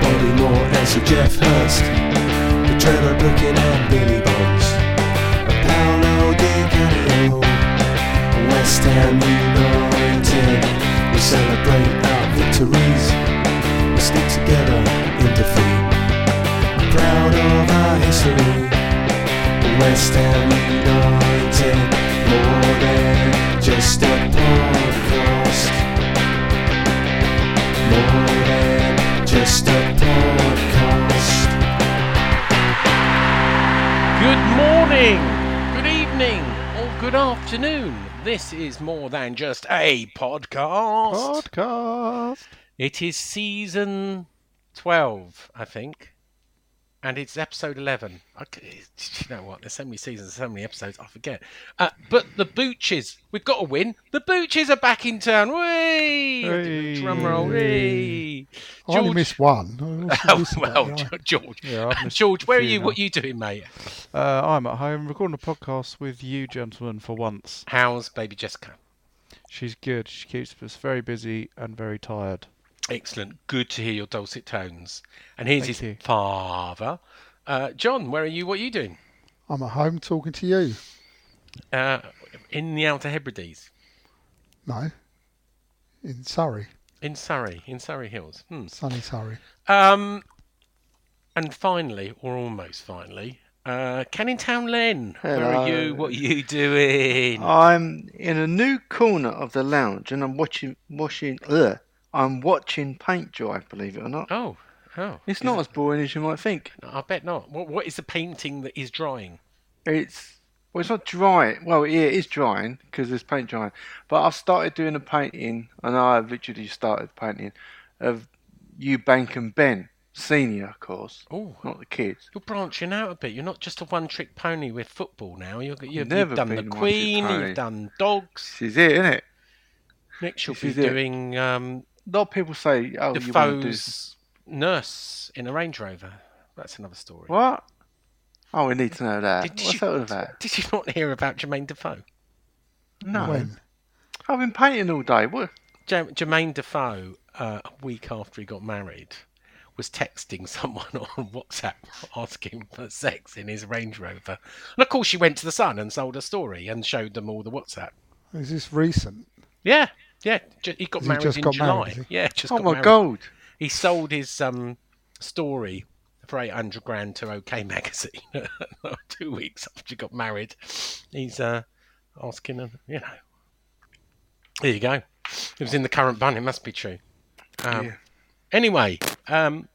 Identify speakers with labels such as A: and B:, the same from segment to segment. A: Bobby Moore as a Jeff Hurst, the Trevor Brookin and Billy Bones, a Paolo Di Canio, a West Ham United. We celebrate our victories, we stick together in defeat. I'm proud of our history, the West Ham United, more than just a podcast. More than just a podcast.
B: Good morning, good evening, or good afternoon. This is more than just a podcast.
C: podcast.
B: It is season 12, I think, and it's episode 11. I c you know what? There's so many seasons, so many episodes, I forget. Uh, but the Booches, we've got a win. The Booches are back in town. Whee!
C: Hey.
B: Drum roll. Whee!
C: I only
B: George-
C: missed one. I
B: Oh,
C: missed that,
B: well,
C: yeah.
B: George.
C: Yeah, I've missed
B: George,
C: a
B: where are
C: few
B: you?
C: now.
B: What are you doing, mate?
C: Uh, I'm at home recording a podcast with you, gentlemen, for once.
B: How's baby Jessica?
C: She's good. She keeps us very busy and very tired.
B: Excellent. Good to hear your dulcet tones. And here's
C: Thank
B: his
C: you.
B: father. Uh, John, where are you? What are you doing?
C: I'm at home talking to you.
B: Uh, in the Outer Hebrides,
C: No, in Surrey,
B: in Surrey, in Surrey Hills. Hmm.
C: sunny Surrey.
B: Um, and finally, or almost finally, uh, Canningtown Len, where are you? What are you
D: Uh,
B: doing?
D: I'm in a new corner of the lounge and I'm watching washing ugh, I'm watching paint dry, believe it or not.
B: Oh, oh.
D: It's not as boring as you might think.
B: I bet not. What, what is the painting that is drying?
D: It's well it's not dry. Well, yeah, it is drying because there's paint drying. But I've started doing a painting and I've literally started painting of Eubank and Ben, senior of course.
B: Oh.
D: Not the kids.
B: You're branching out a bit. You're not just a one-trick pony with football now. You're, you've,
D: never
B: you've done the
D: been a one-trick
B: Queen.
D: pony.
B: You've done dogs.
D: This is it, isn't it?
B: Next, you'll
D: This
B: be
D: is it.
B: doing um,
D: A lot of people say, Oh, you want to do
B: Defoe's nurse in a Range Rover. That's another story.
D: what? Oh, we need to know that.
B: Did
D: What's
B: you,
D: that all about?
B: Did you not hear about Jermaine Defoe?
D: No.
C: When?
D: I've been painting all day. What?
B: Ja- Jermaine Defoe, uh, a week after he got married, was texting someone on WhatsApp asking for sex in his Range Rover. And of course, she went to the Sun and sold her story and showed them all the WhatsApp.
C: Is this recent?
B: Yeah, yeah. Ju- he got
C: Has he
B: married
C: just
B: in
C: got
B: July.
C: married, has he?
B: yeah, just
D: Oh
B: got
D: my
B: married.
D: god!
B: He sold his um story for eight hundred grand to OK magazine two weeks after he got married. He's uh asking them, you know. There you go. It was in the current bun. It must be true. Um,
D: Yeah.
B: Anyway, um,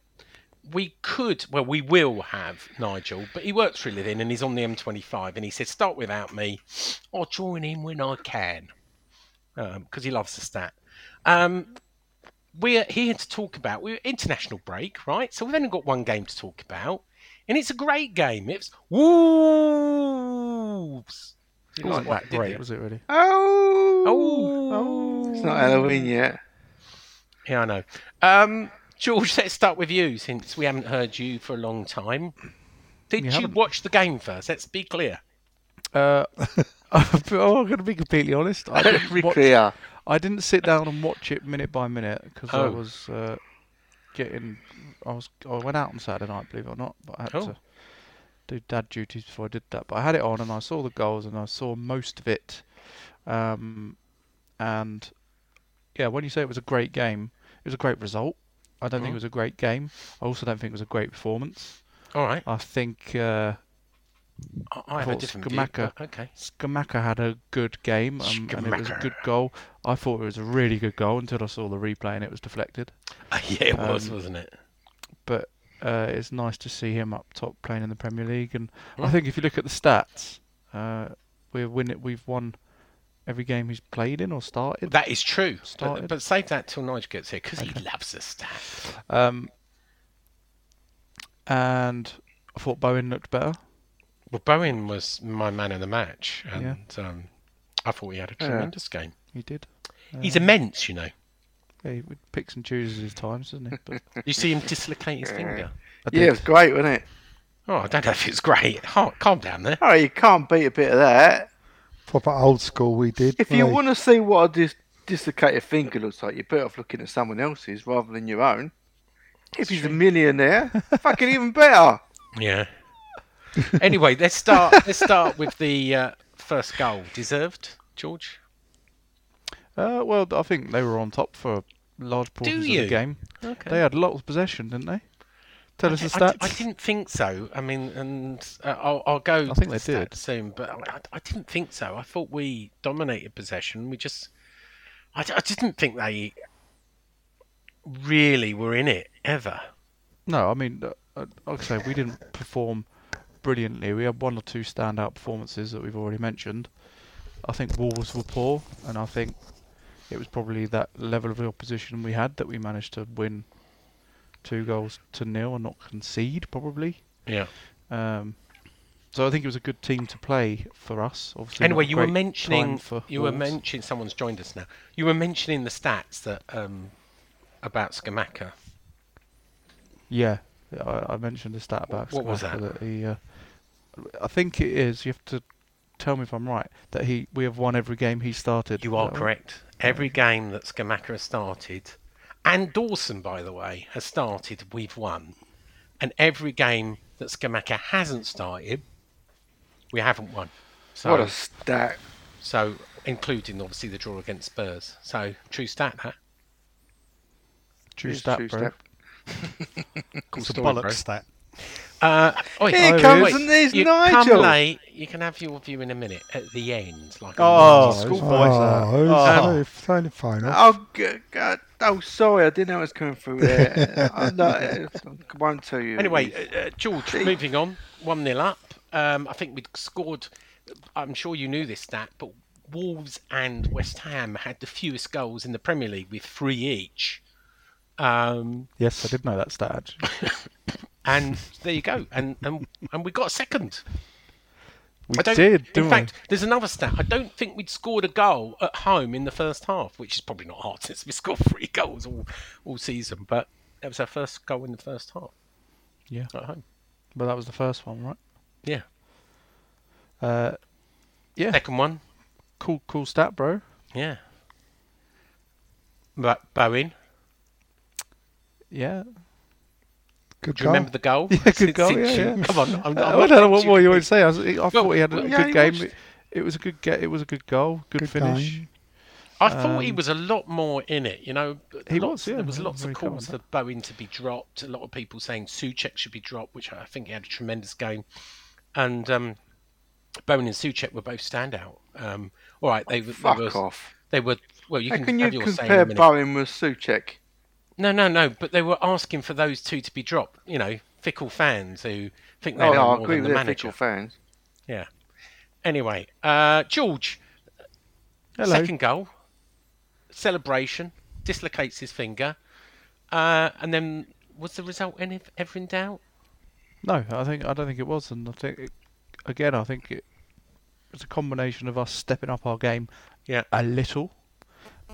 B: we could, well, we will have Nigel, but he works for a living and he's on the M25, and he says, "Start without me, I'll join in when I can," because he loves the stat. Um, we're here to talk about we're international break, right? So we've only got one game to talk about, and it's a great game. It's Wolves. You like that, didn't
C: Great,
B: you?
C: was it really?
D: Oh,
B: Oh,
D: it's not Halloween yet.
B: Yeah, I know. Um, George, let's start with you since we haven't heard you for a long time. Did
C: You
B: you,
C: haven't.
B: watch the game first? Let's be clear.
C: Uh, oh, I'm going to be completely honest. I
D: Let's
C: didn't,
D: be
C: watch,
D: clear.
C: I didn't sit down and watch it minute by minute because I
B: Oh.
C: was uh, getting. I was. I went out on Saturday night, believe it or not, but I had
B: Cool.
C: to do dad duties before I did that. But I had it on and I saw the goals and I saw most of it, um, and yeah, when you say it was a great game, it was a great result. I don't think
B: Mm-hmm.
C: it was a great game. I also don't think it was a great performance.
B: All right.
C: I think uh,
B: I, I have a
C: thought
B: different view,
C: Skamaka-
B: but Okay.
C: Skamaka had a good game um, and it was a
B: Skamaka.
C: good goal. I thought it was a really good goal until I saw the replay and it was deflected.
B: yeah, it was, wasn't it?
C: But uh, it's nice to see him up top playing in the Premier League. And I
B: Mm.
C: think if you look at the stats, uh, we win it. We've won every game he's played in or started.
B: That is true. But,
C: Started.
B: but save that till Nigel gets here because he loves a stat.
C: Um, and I thought Bowen looked better.
B: Well, Bowen was my man of the match,
C: Yeah.
B: and um, I thought he had a tremendous game.
C: He did.
B: He's immense, you know.
C: Yeah, he would picks and chooses his times, doesn't he? But
B: You see him dislocate his finger.
D: Yeah, it was great, wasn't it?
B: Oh, I don't know if it's great. Oh, calm down there.
D: Oh, you can't beat a bit of that.
E: Proper old school we did.
D: If you
E: weren't we?
D: want to see what a dis- dislocated finger looks like, you're better off looking at someone else's rather than your own. If he's a millionaire, fucking even better.
B: Yeah. anyway, let's start. Let's start with the uh, first goal. Deserved, George.
C: uh, well, I think they were on top for large portions of
B: you?
C: the game.
B: Okay.
C: They had lots of possession, didn't they? Tell us the
B: I,
C: stats.
B: I didn't think so. I mean, and uh, I'll, I'll go.
C: I think they
B: to the
C: did.
B: stats soon, but I, I- I didn't think so. I thought we dominated possession. We just, I, d- I just didn't think they really were in it ever.
C: No, I mean, uh, uh, like I say, we didn't perform brilliantly. We had one or two standout performances that we've already mentioned. I think Wolves were poor, and I think it was probably that level of opposition we had that we managed to win two goals to nil and not concede, probably.
B: Yeah.
C: Um, so I think it was a good team to play for us. Obviously, not
B: Anyway,
C: a
B: you were
C: great time
B: mentioning
C: for
B: you were
C: Wolves.
B: mentioning someone's joined us now. You were mentioning the stats that um, about Skamaka.
C: Yeah, I, I mentioned a stat about
B: What was
C: Skamaka
B: that?
C: he, uh, I think it is. You have to tell me if I'm right. That he we have won every game he started.
B: You are
C: Is that right?
B: correct. Every game that Skamaka has started, and Dawson, by the way, has started, we've won. And every game that Skamaka hasn't started, we haven't won. So,
D: What a stat.
B: so including obviously the draw against Spurs. So true stat, huh?
C: True
D: It's
C: stat,
D: true
C: bro.
D: stat.
B: Cool
E: It's a
B: story, bro.
E: bollocks that.
B: Uh, oi,
D: Here
B: oi,
D: comes
B: wait,
D: and there's
B: you
D: Nigel.
B: Come late, you can have your view in a minute at the end. Like a
C: Oh,
B: normal school.
C: Schoolboys, that.
E: Oh,
B: Oh.
E: it's totally fine.
D: Oh, g- God. oh, sorry, I didn't know it was coming through there. I, no, I won't tell you.
B: Anyway, uh, uh, George, moving on, 1 0 up. Um, I think we'd scored, I'm sure you knew this stat, but Wolves and West Ham had the fewest goals in the Premier League with three each. Um,
C: Yes, I did know that stat. Actually.
B: and there you go. And, and, and we got a second.
C: We
B: I don't-
C: did. Didn't
B: in fact, there's another stat. I don't think we'd scored a goal at home in the first half, which is probably not hard since we scored three goals all, all season, but that was our first goal in the first half
C: we? yeah,
B: at home.
C: but that was the first one, right?
B: Yeah.
C: Uh, yeah.
B: Second one,
C: Cool, cool stat, bro.
B: Yeah. But Bowen,
C: Yeah.
E: Good
B: do you remember the goal?
C: Yeah, good
B: Since-
C: goal,
B: since
C: yeah,
B: you-
C: yeah.
B: Come on, I'm, I'm
C: I don't
B: not
C: know what
B: teaching
C: more you
B: you
C: want to say. I, was, I thought he had a
B: well,
C: good
B: yeah, he
C: game.
B: watched.
C: It, it was a good get. It was a good goal. Good,
E: Good
C: finish.
E: game.
B: I thought he was a lot more in it. You know,
C: Um, He
B: lots,
C: was, yeah,
B: there was
C: I
B: lots of
C: agree with
B: calls
C: that.
B: for Bowen to be dropped. A lot of people saying Suchek should be dropped, which I think he had a tremendous game. And um, Bowen and Suchek were both standout. Um, all right, they, were-
D: fuck
B: they were,
D: off.
B: They were well. You
D: How
B: can,
D: can
B: have
D: you
B: your say in a
D: compare
B: minute.
D: Bowen with Suchek?
B: No, no, no. But they were asking for those two to be dropped. You know, fickle fans who think they
D: Oh,
B: know
D: no, I
B: more
D: agree
B: than
D: with
B: the
D: their
B: manager.
D: fickle fans.
B: Yeah. Anyway, uh, George,
C: Hello.
B: second goal, celebration, dislocates his finger, uh, and then was the result any ever in doubt?
C: No, I think I don't think it was, and I think it, again, I think it was a combination of us stepping up our game
B: Yeah.
C: a little,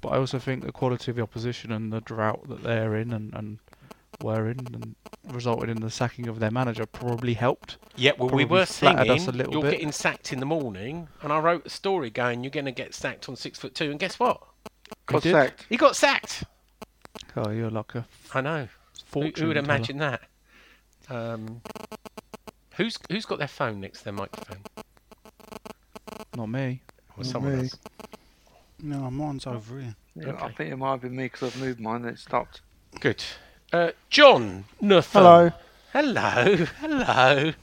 C: but I also think the quality of the opposition and the drought that they're in and, and were in and resulted in the sacking of their manager probably helped.
B: Yeah, well, we
C: Probably
B: were
C: flattered
B: singing.
C: us a little
B: You're
C: bit."
B: getting sacked in the morning, and I wrote a story going, "You're going to get sacked on six foot two, and guess what?
D: Got
C: did.
D: sacked.
B: He got sacked.
C: Oh, you're like a
B: I know. Who-
C: fortune.
B: who would
C: teller.
B: imagine that? Um, who's who's got their phone next to their microphone?
C: Not me.
B: Or someone
E: me.
B: else?
F: No, mine's over here.
D: Yeah, I think it might have been me because I've moved mine and it stopped.
B: Good. Uh, John Nothing.
E: Hello.
B: Hello. Hello.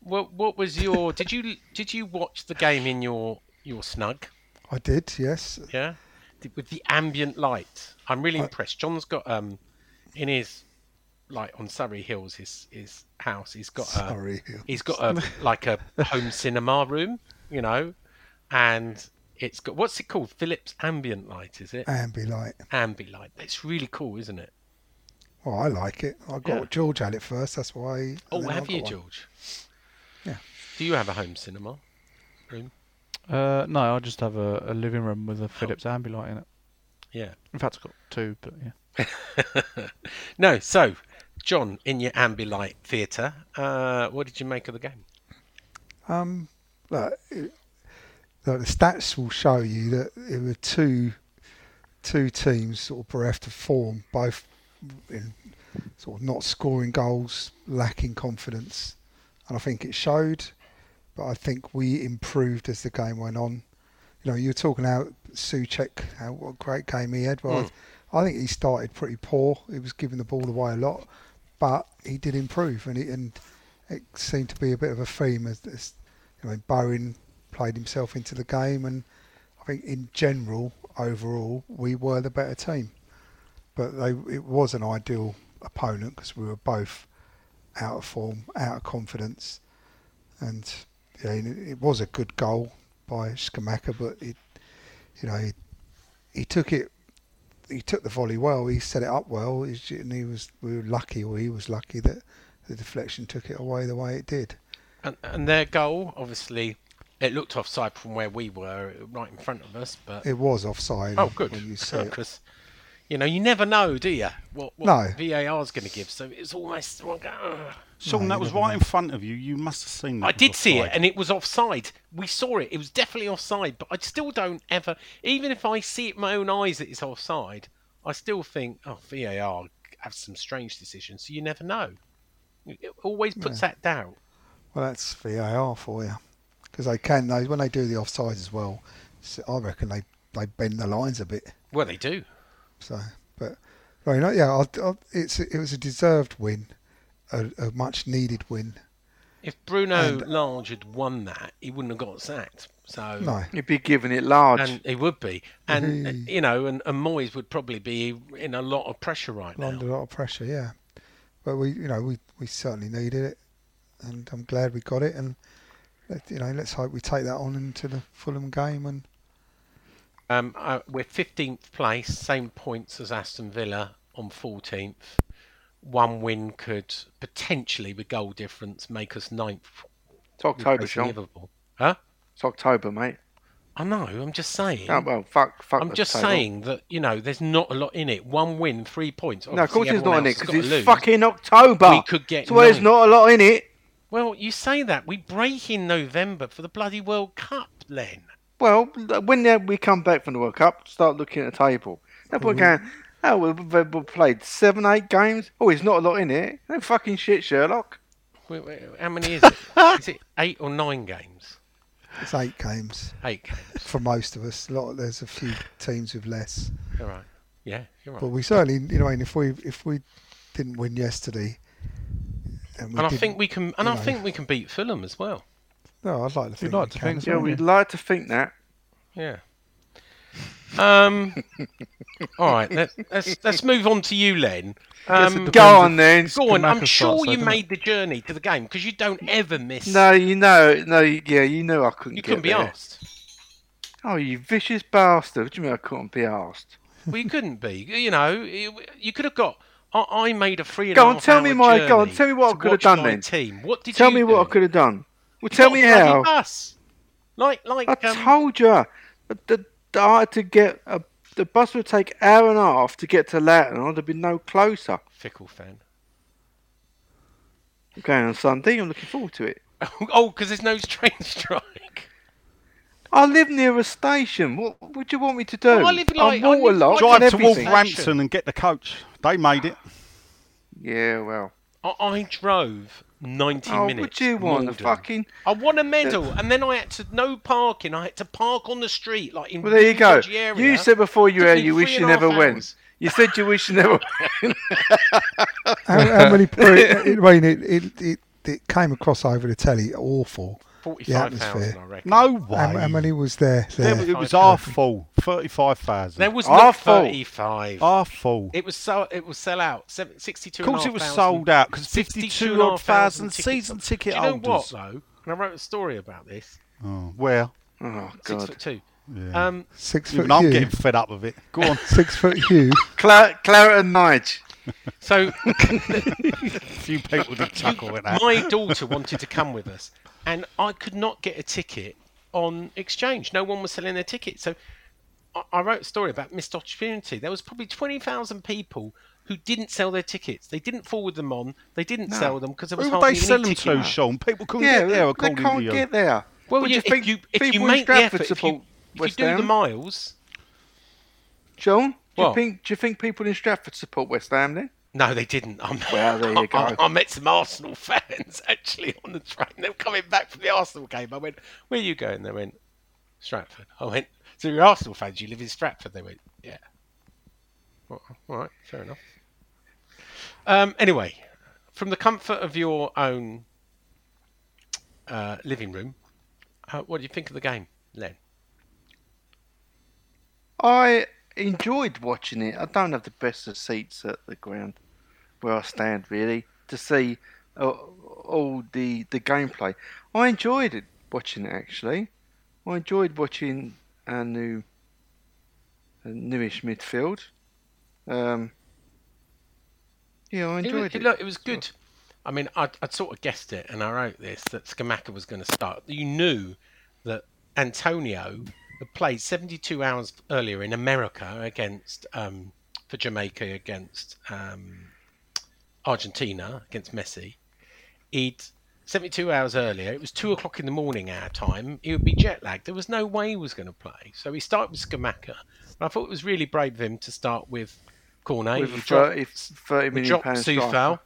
B: What what was your did you did you watch the game in your your snug?
E: I did, yes.
B: Yeah. Did- With the ambient light. I'm really impressed. John's got um in his like on Surrey Hills his his house he's got a
E: Sorry.
B: he's got a like a home cinema room, you know, and it's got what's it called? Philips ambient light, is it?
E: Ambilight.
B: Ambilight. It's really cool, isn't it?
E: Well, I like it. I got
B: Yeah.
E: George had it first. That's why. and
B: Oh,
E: then I
B: have
E: got
B: you,
E: one.
B: George?
E: Yeah.
B: Do you have a home cinema room?
C: Uh, no, I just have a, a living room with a Philips Ambilight in it.
B: Yeah.
C: In fact, I've got two, but yeah.
B: No. So, John, in your Ambilight theatre, uh, what did you make of the game?
E: Um, look, it- look, the stats will show you that there were two two teams sort of bereft of form, both in sort of not scoring goals, lacking confidence, and I think it showed. But I think we improved as the game went on. You know, you were talking about Suchek, how what a great game he had. Well, I, I think he started pretty poor. He was giving the ball away a lot, but he did improve, and it, and it seemed to be a bit of a theme as, as you know, Bowen played himself into the game, and I think in general, overall, we were the better team. But they, it was an ideal opponent because we were both out of form, out of confidence, and yeah, it, it was a good goal by Skamaka, but it, you know, he, he took it. He took the volley well. He set it up well, he's- and he was we were lucky, or he was lucky that the deflection took it away the way it did.
B: And, and their goal, obviously, it looked offside from where we were, right in front of us. But
E: It was offside.
B: oh, good,
E: When you see it.
B: because you know you never know, do you? What, what
E: No.
B: VAR's going to give? So it's almost. ugh.
F: Sean, that was right in front of you. You must have seen that.
B: I
F: was
B: did see it,
F: offside.
B: and it was offside. We saw it. It was definitely offside, but I still don't ever, even if I see it in my own eyes that it's offside, I still think, oh, VAR have some strange decisions, so you never know. It always puts that doubt.
E: Well, that's VAR for you, because they can. They when they do the offside as well, so I reckon they they bend the lines a bit.
B: Well, they do.
E: So, but right, no, yeah, I, I, it's it was a deserved win, a, a much needed win.
B: If Bruno Large had won that, he wouldn't have got sacked. So
E: No,
D: You'd be giving it large.
B: and he would be, and uh, you know, and, and Moyes would probably be in a lot of pressure right now.
E: under a lot of pressure, yeah. But we, you know, we we certainly needed it, and I'm glad we got it. And let, you know, let's hope we take that on into the Fulham game. And
B: Um, uh, we're 15th place, same points as Aston Villa on 14th. One win could potentially, with goal difference, make us ninth.
D: It's October,
B: replacing
D: Sean.
B: Liverpool. Huh?
D: It's October, mate.
B: I know. I'm just saying.
D: Oh, well, fuck, fuck.
B: I'm
D: the
B: just
D: table.
B: saying that you know there's not a lot in it. One win, three points.
D: No, of course
B: Obviously,
D: there's not in
B: everyone
D: it
B: else has
D: because
B: got
D: it's
B: to lose.
D: fucking October.
B: We could get
D: That's why there's
B: nine.
D: not a lot in it.
B: Well, you say that we break in November for the bloody World Cup, Len.
D: Well, when they- we come back from the World Cup, start looking at the table. No
B: Mhm.
D: point going, oh, we've, we've we've played seven, eight games. Oh, it's not a lot in it. No fucking shit, Sherlock.
B: Wait, wait, How many is it? is it eight or nine games?
E: it's eight games
B: Eight games.
E: for most of us. A lot. There's a few teams with less.
B: All right. Yeah, you're right.
E: But we certainly, you know, and if we if we didn't win yesterday, and we
B: and I
E: didn't-
B: think we can, and
E: you
B: I
E: know.
B: think we can beat Fulham as well.
E: no, I'd like to think.
C: like
E: we
C: to
E: can.
C: think so.
D: Yeah, we'd like to think that.
B: Yeah. Um. all right. Let, let's let's move on to you, Len. Um,
D: Go on then.
B: go on. I'm
C: Schumacher
B: sure
C: starts, though,
B: you
C: doesn't
B: made the journey to the game because you don't ever miss.
D: No, you know, no, yeah, you knew I couldn't.
B: you
D: get
B: couldn't be
D: there.
B: asked.
D: Oh, you vicious bastard! What do you mean I couldn't be asked?
B: Well, you couldn't be. You know, you, you could have got. I, I made a free. and
D: Go
B: a
D: on,
B: half
D: tell me
B: hour
D: my- go on,
B: journey
D: tell me what I
B: to
D: could have
B: watch
D: done
B: my
D: then.
B: Team. What did
D: Tell
B: you
D: me
B: do?
D: what I could have done. Well, tell me how.
B: Us. Like like
D: I
B: um,
D: told you, the, the, I had to get a, the bus would take hour and a half to get to Loughton. I'd have been no closer.
B: fickle fan.
D: I'm going on Sunday. I'm looking forward to it.
B: oh, because there's no train strike.
D: I live near a station. What would you want me to do?
B: Well, I live like- I
D: I'm
B: live
D: waterlogged
B: like-
F: Drive
D: and
F: to
D: everything.
B: Action.
F: Wolverhampton and get the coach. They made it.
D: Yeah, well,
B: I, I drove 90
D: Oh,
B: minutes.
D: would you want a
B: Morden.
D: fucking?
B: I won a medal, and then I had to no parking. I had to park on the street, like in
D: Well, there you
B: really
D: go.
B: dodgy area.
D: You said before you
B: Took
D: were
B: me
D: you
B: three
D: wish you
B: and a half
D: never went.
B: hours.
D: You said you wish you never. went.
E: How, how many? Per, it, I mean, it, it it it came across over the telly. Awful. The
B: Forty-five thousand,
E: atmosphere.
B: I reckon.
F: No way.
E: How, how many was there?
F: There-
E: there?
F: it was our full. 35,000.
B: there was not
D: Awful.
B: thirty-five.
F: Our full.
B: It was so. It was sell out. Seven, 62
F: Of course it was sold out, 'cause 52,500 season ticket
B: Do you know what
F: holders.
B: though? And I wrote a story about this.
F: Oh, well,
D: Oh
B: Six
D: God.
B: foot two.
F: Yeah.
B: Um,
E: Six foot
F: even I'm
E: Hugh.
F: getting fed up with it. Go on.
E: Six foot Hugh.
D: Cla- Clara and Nige.
B: so
F: A few people did chuckle at that.
B: my daughter wanted to come with us, and I could not get a ticket on exchange. No one was selling their ticket, so I, I wrote a story about missed opportunity. There was probably twenty thousand people who didn't sell their tickets. They didn't forward them on. They didn't sell them because there was
F: Who were
B: hardly
F: they
B: any
F: selling
B: ticket.
F: to, Sean? People couldn't
D: Yeah,
F: get there
D: they, they
F: according
D: can't
F: to you.
D: get there.
B: Well,
D: What do
B: you,
D: think
B: if you if you
D: people in
B: make the
D: Stratford
B: effort, if
D: support
B: you, if you
D: West
B: do the
D: Ham?
B: miles,
D: John, do you
B: What?
D: think do you think people in Stratford support West Ham then?
B: No, they didn't. I'm,
D: Well, there you
B: I- I,
D: go.
B: I met some Arsenal fans actually on the train. They were coming back from the Arsenal game. I went, "Where are you going?" They went, "Stratford." I went, "So you're Arsenal fans? You live in Stratford?" They went, "Yeah." Well, all right, fair enough. Um, anyway, from the comfort of your own uh, living room, uh, what do you think of the game, Len?
D: I enjoyed watching it. I don't have the best of seats at the ground where I stand really to see uh, all the the gameplay. I enjoyed it watching it actually. I enjoyed watching our new a newish midfield. Um, yeah, I
B: It was,
D: enjoyed it.
B: Look, it was good. I mean, I'd, I'd sort of guessed it, and I wrote this that Skamaka was going to start. You knew that Antonio had played 72 hours earlier in America against um, for Jamaica against um, Argentina against Messi. He'd 72 hours earlier. It was two o'clock in the morning our time. He would be jet lagged. There was no way he was going to play. So he started with Skamaka. And I thought it was really brave of him to start with Cornet.
D: With
B: He
D: a
B: dropped-
D: 30, 30
B: he
D: million
B: dropped
D: pound
B: Sufal.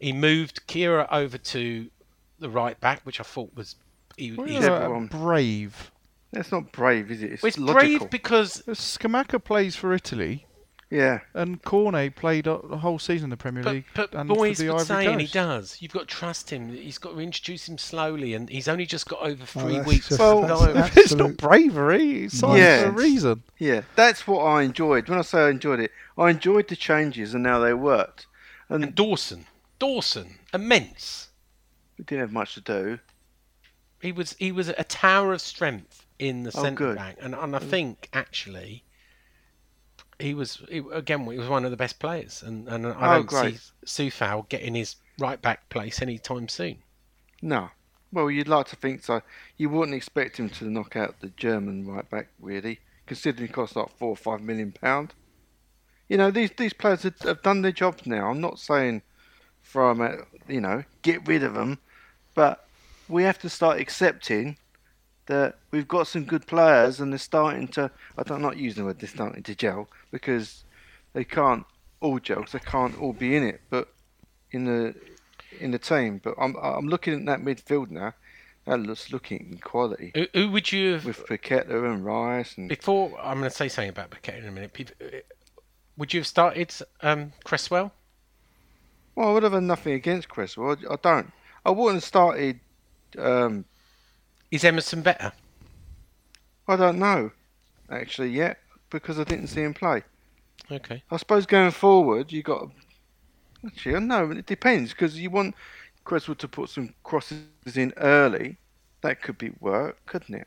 B: He moved Kira over to the right back, which I thought was e-, he,
C: Well,
B: he's-
C: yeah,
D: everyone.
C: brave.
D: That's not brave, is it? It's,
B: Well, it's
D: logical.
B: brave because
C: Skamaka plays for Italy,
D: yeah.
C: and Cornet played a- the whole season in the Premier
B: but,
C: League
B: but
C: and
B: boys
C: for the
B: would
C: Ivory
B: say, and he
C: Coast.
B: does. You've got to trust him. He's got to introduce him slowly, and he's only just got over
E: Oh,
B: three
E: that's
B: weeks.
E: just-
B: Well,
E: that's
B: no,
C: It's not
E: absolute-
C: bravery. It's science
D: Yeah.
C: for a reason.
D: Yeah, that's what I enjoyed. When I say I enjoyed it, I enjoyed the changes and how they worked. And
B: and Dawson, Dawson, immense.
D: we didn't have much to do.
B: He was he was a tower of strength in the
D: Oh,
B: centre
D: good.
B: back, and and I think actually he was he, again he was one of the best players, and and
D: Oh,
B: I don't
D: great.
B: see Sufal getting his right back place anytime soon.
D: No. Well, you'd like to think so. You wouldn't expect him to knock out the German right back, really, considering it costs like four or five million pound. You know, these these players have, have done their jobs now. I'm not saying throw 'em out, you know, get rid of them, but we have to start accepting that we've got some good players and they're starting to. I don't not using the word they're starting to gel because they can't all gel 'cause they can't all be in it, but in the in the team. But I'm I'm looking at that midfield now. That looks looking in quality
B: Who, who would you have
D: with Paqueta and Rice and
B: before? I'm going to say something about Paquette in a minute. Pete, uh, Would you have started um, Cresswell?
D: Well, I would have had nothing against Cresswell. I, I don't. I wouldn't have started. Um,
B: Is Emerson better?
D: I don't know, actually, yet because I didn't see him play.
B: Okay.
D: I suppose going forward, you got. Actually, I don't know. It depends because you want Cresswell to put some crosses in early. That could be work, couldn't it?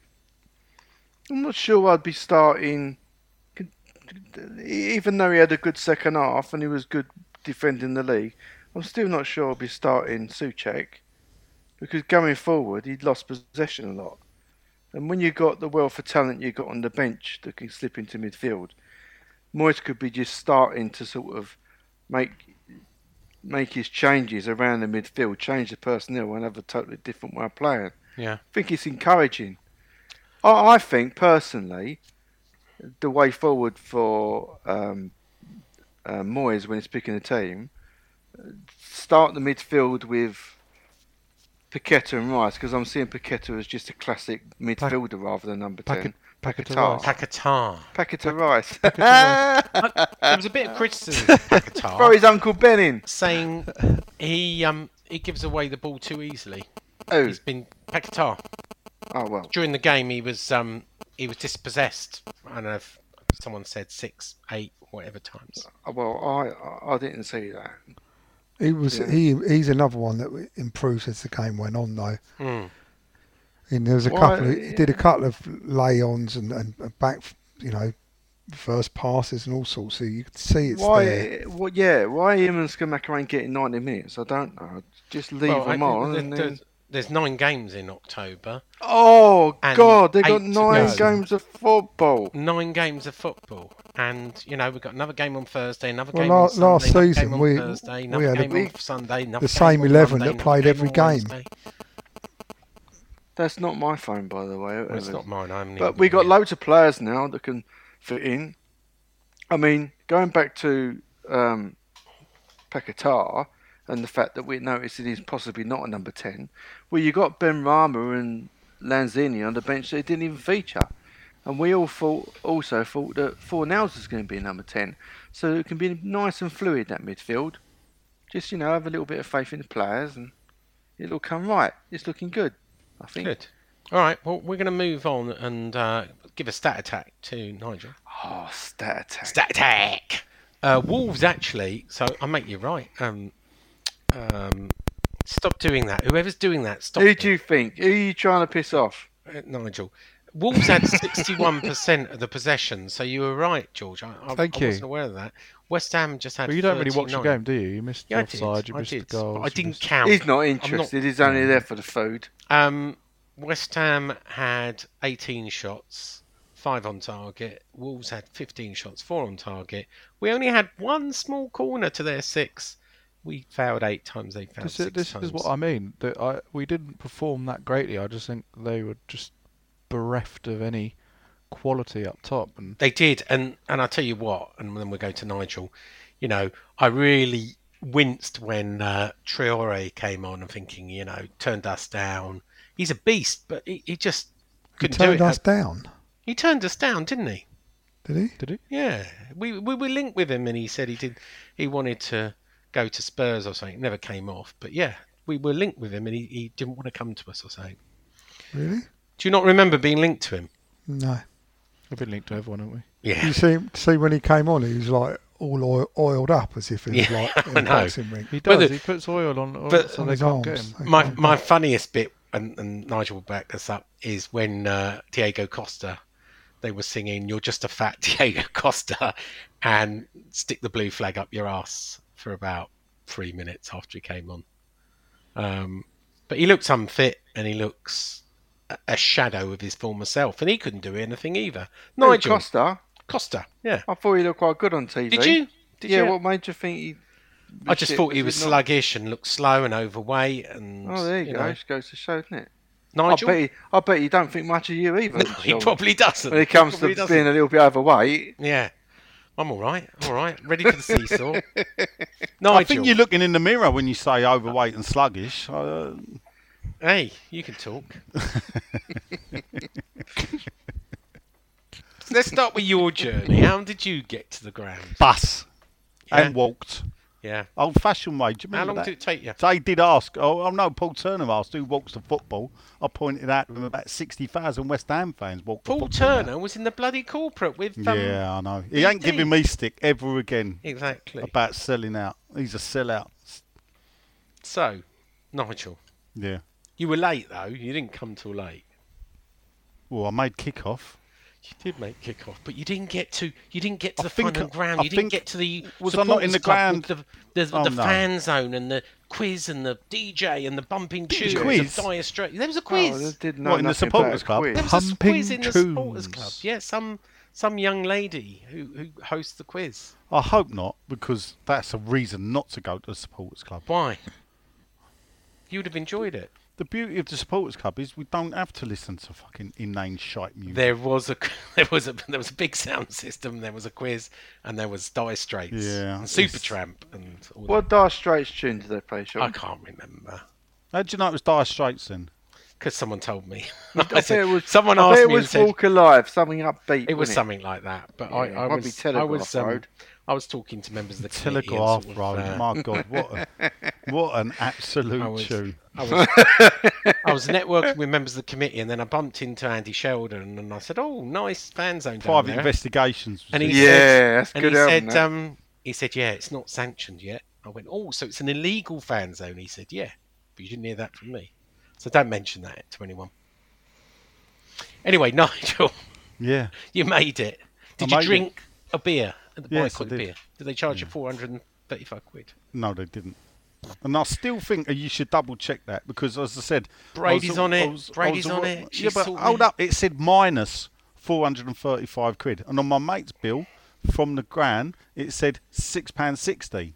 D: I'm not sure I'd be starting. Even though he had a good second half and he was good defending the league, I'm still not sure I'll be starting Suchek because going forward he'd lost possession a lot. And when you got the wealth of talent you got on the bench that can slip into midfield, Moyes could be just starting to sort of make make his changes around the midfield, change the personnel, and have a totally different way of playing.
B: Yeah.
D: I think it's encouraging. I, I think personally, the way forward for um, uh, Moyes when he's picking a team, start the midfield with Paqueta and Rice because I'm seeing Paqueta as just a classic midfielder rather than number
C: Paquet-
D: ten.
C: Paqueta
D: Paquetá.
C: Rice.
D: Uh, Paqueta Rice.
B: Pakatar. Ah! there was a
D: uh,
B: bit of criticism of Pakatar.
D: Throw his uncle Ben in.
B: saying he um he gives away the ball too easily.
D: Oh,
B: He's been Pakatar
D: oh well.
B: during the game. He was um he was dispossessed. I don't know if someone said six, eight, whatever times.
D: Oh, Well, I I- I didn't see that.
E: He was he he's another one that improves as the game went on though.
B: Hmm.
E: And there was a
D: Well,
E: couple. Of,
D: yeah.
E: he did a couple of lay-ons and, and and back, you know, first passes and all sorts. So you could see it's there.
D: Why? Well, yeah. Why him and Skamaka ain't getting 90 minutes? I don't know. Just leave
B: Well, I-
D: them on.
B: there-
D: and then...
B: there's, there's nine games in October.
D: Oh
B: and
D: God! They got
B: eight to
D: nine
B: go.
D: games of football.
B: Nine games of football, and you know we've got another game on Thursday, another
E: Well,
B: game
E: la-
B: on
E: last
B: Sunday, another game
E: season
B: on
E: we-
B: Thursday,
E: we
B: another
E: had a
B: game on
D: big-
B: Sunday, another
E: the
B: game
E: same
B: on
E: 11
B: Monday,
E: that
B: another
E: played
B: game
E: every
B: on
E: game.
B: Wednesday.
D: That's not my phone, by the way.
B: Well, it's
D: whatever.
B: not mine. I'm
D: But we got loads of players now that can fit in. I mean, going back to um, Pekatar and the fact that we noticed that he's possibly not a number ten. Well, you got Ben Rama and Lanzini on the bench that didn't even feature, and we all thought also thought that Fornals is going to be a number ten, so it can be nice and fluid that midfield. Just you know, have a little bit of faith in the players, and it'll come right. It's looking good, I think.
B: Good. All right. Well, we're going to move on and uh, give a stat attack to Nigel.
D: Oh, stat attack.
B: Stat attack. Uh, Wolves actually. So I make you right. Um, um, stop doing that. Whoever's doing that, stop.
D: Who
B: it.
D: do you think? Who are you trying to piss off?
B: Uh, Nigel. Wolves had 61% of the possession, so you were right, George. I, I,
C: Thank
B: I
C: you.
B: wasn't aware of that. West Ham just had.
C: But you don't really watch the
B: 39.
C: game, do you? You missed
B: Yeah, I
C: the
B: did.
C: offside, you
B: I
C: missed
B: did.
C: the goals.
B: but I
C: you
B: didn't
C: missed-
B: count.
D: He's not
B: I'm
D: interested. He's only there for the food.
B: Um, West Ham had 18 shots, five on target. Wolves had 15 shots, four on target. We only had one small corner to their six. We failed eight times. They failed
C: This, is,
B: six
C: this
B: times.
C: is what I mean. That I we didn't perform that greatly. I just think they were just bereft of any quality up top. And
B: They did, and and I tell you what, and then we go to Nigel. You know, I really winced when uh, Triore came on and thinking, you know, turned us down. He's a beast, but he, he just
E: He
B: couldn't
E: turned
B: do it.
E: us down,
B: He turned us down, didn't he?
E: did he?
C: did he?
B: Yeah, we we were linked with him, and he said he did. He wanted to go to Spurs or something. It never came off, but yeah, we were linked with him, and he, he didn't want to come to us or something.
E: Really?
B: Do you not remember being linked to him?
E: No.
C: We've been linked to everyone, haven't we?
B: Yeah,
E: You see, see when he came on, he was like all oil, oiled up, as if he was
B: Yeah,
E: like in
B: I
E: a
B: know.
E: boxing ring.
C: He
B: But
C: does.
B: the-
C: he puts oil on, on
B: but-
C: so
E: On
C: they
E: his
C: can't get
E: arms.
C: him.
B: my my funniest bit, and, and Nigel will back this up, is when uh, Diego Costa, they were singing "You're Just a Fat Diego Costa," and stick the blue flag up your ass for about three minutes after he came on. Um, but he looks unfit, and he looks a- a shadow of his former self, and he couldn't do anything either.
D: No,
B: Nigel Costa,
D: Costa.
B: yeah.
D: I thought he looked quite good on TV.
B: Did you? Did
D: yeah.
B: you?
D: What made you think he?
B: I
D: Oh,
B: just
D: shit,
B: thought he was
D: was he not-
B: sluggish and looked slow and overweight, and
D: Oh, there you, go.
B: know.
D: Just goes to show, doesn't it?
B: Nigel,
D: I bet. He, I bet you don't think much of you either.
B: No, he
D: Sean.
B: probably doesn't.
D: when it comes
B: Probably
D: to
B: doesn't.
D: being a little bit overweight.
B: Yeah. I'm all right. I'm all right. Ready for the seesaw. Nigel,
F: I think you're looking in the mirror when you say overweight and sluggish. Uh,
B: hey, you can talk. Let's start with your journey. How did you get to the ground?
F: bus and
B: Yeah.
F: walked.
B: Yeah.
F: Old fashioned way. Do you
B: How
F: remember
B: long
F: that?
B: did it take you?
F: They did ask. Oh, I know Paul Turner asked who walks to football. I pointed out to him about 60,000 West Ham fans walk to
B: Paul
F: football now.
B: Turner was in the bloody corporate with um,
F: Yeah, I know. He ain't
B: BD.
F: giving me stick ever again
B: Exactly.
F: about selling out. He's a sellout.
B: So, Nigel,
F: Yeah.
B: you were late though. You didn't come till late.
F: Well, I made kick off.
B: You did make kick off, but you didn't get to you didn't get
F: I
B: to the
F: think
B: fun and
F: I-
B: ground.
F: I
B: You didn't
F: think-
B: get to the
F: was I not in
B: supporters
F: the
B: club with
F: ground?
B: the the,
F: Oh,
B: the
F: no.
B: fan zone and the quiz and the DJ and the bumping tunes
F: quiz?
B: of Dire Straits. There was a
D: Oh,
B: quiz.
D: they did know
F: What, in the
D: nothing about
F: supporters
D: it.
F: club?
D: Quiz.
B: there was a quiz in the
C: Pumping
B: supporters club.
C: tunes.
B: Yeah, some some young lady who who hosts the quiz.
F: I hope not, because that's a reason not to go to the supporters club.
B: Why? You would have enjoyed it.
F: The beauty of the supporters club is we don't have to listen to fucking inane shite music.
B: There was a there was a there was a big sound system. There was a quiz, and there was Dire Straits,
F: Yeah,
B: and
F: it's-
B: Supertramp, and all that.
D: What Dire Straits tune did they play, Sean?
B: I can't remember.
F: How do you know it was Dire Straits then?
B: because someone told me.
D: I
B: I
D: bet
B: said-
D: it was,
B: someone
D: I bet
B: asked
D: it
B: me
D: was
B: and said,
D: Walk Alive, something upbeat.
B: it was
D: wasn't
B: something like that. But I,
D: Yeah, it
B: I
D: might be
B: was, I
D: Telegraph
B: was, um,
D: Road.
B: I was talking to members of the committee and
F: Telegraph
B: sort of,
F: Road.
B: uh,
F: My God, what a, what an
B: I
F: absolute
B: was-
F: tune.
B: I was, I was networking with members of the committee, and then I bumped into Andy Sheldon, and I said, "Oh, nice fan zone down
F: Private
B: there."
F: investigations. was
B: and
F: it?
B: he
D: Yeah,
B: said,
D: that's a
B: and
D: good
B: he
D: album,
B: said,
D: that.
B: um, he said, "Yeah, it's not sanctioned yet." I went, "Oh, so it's an illegal fan zone?" He said, "Yeah, but you didn't hear that from me, so don't mention that to anyone." Anyway, Nigel,
F: yeah.
B: you made it. Did
F: I
B: you
F: made it.
B: drink a beer at the
F: Yes,
B: boycott
F: I did. Mm.
B: beer? Did they charge you four hundred and thirty-five quid?
F: No, they didn't. And I still think you should double check that because, as I said, I
B: Brady's
F: was-
B: on
F: I
B: it.
F: was- I
B: Brady's
F: was-
B: on it.
F: Yeah,
B: She's
F: but
B: sorting
F: hold
B: it.
F: up. It said minus 435 quid. And on my mate's bill from the grand, it said £6.60.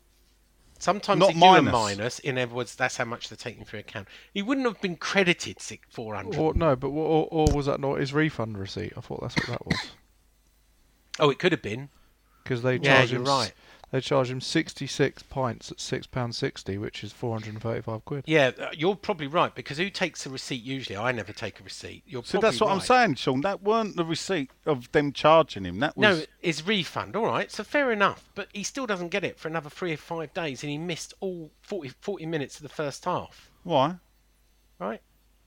B: Sometimes
F: Not
B: they do a
F: minus.
B: minus. In other words, that's how much they're taking for account. He wouldn't have been credited four hundred.
C: Or no, but wha- or, or was that not his refund receipt? I thought that's what that was
B: Oh, it could have been.
C: because they
B: Yeah,
C: charge
B: you're
C: him. s-
B: right.
C: They charge him sixty-six pints at six pound sixty, which is four hundred and thirty-five quid.
B: Yeah, uh, you're probably right because who takes a receipt usually? I never take a receipt. You're
F: So
B: probably
F: that's what I'm
B: right.
F: saying, Sean. That weren't the receipt of them charging him. That was.
B: No, his refund. All right, so fair enough, but he still doesn't get it for another three or five days, and he missed all 40, 40 minutes of the first half.
F: Why?
B: Right.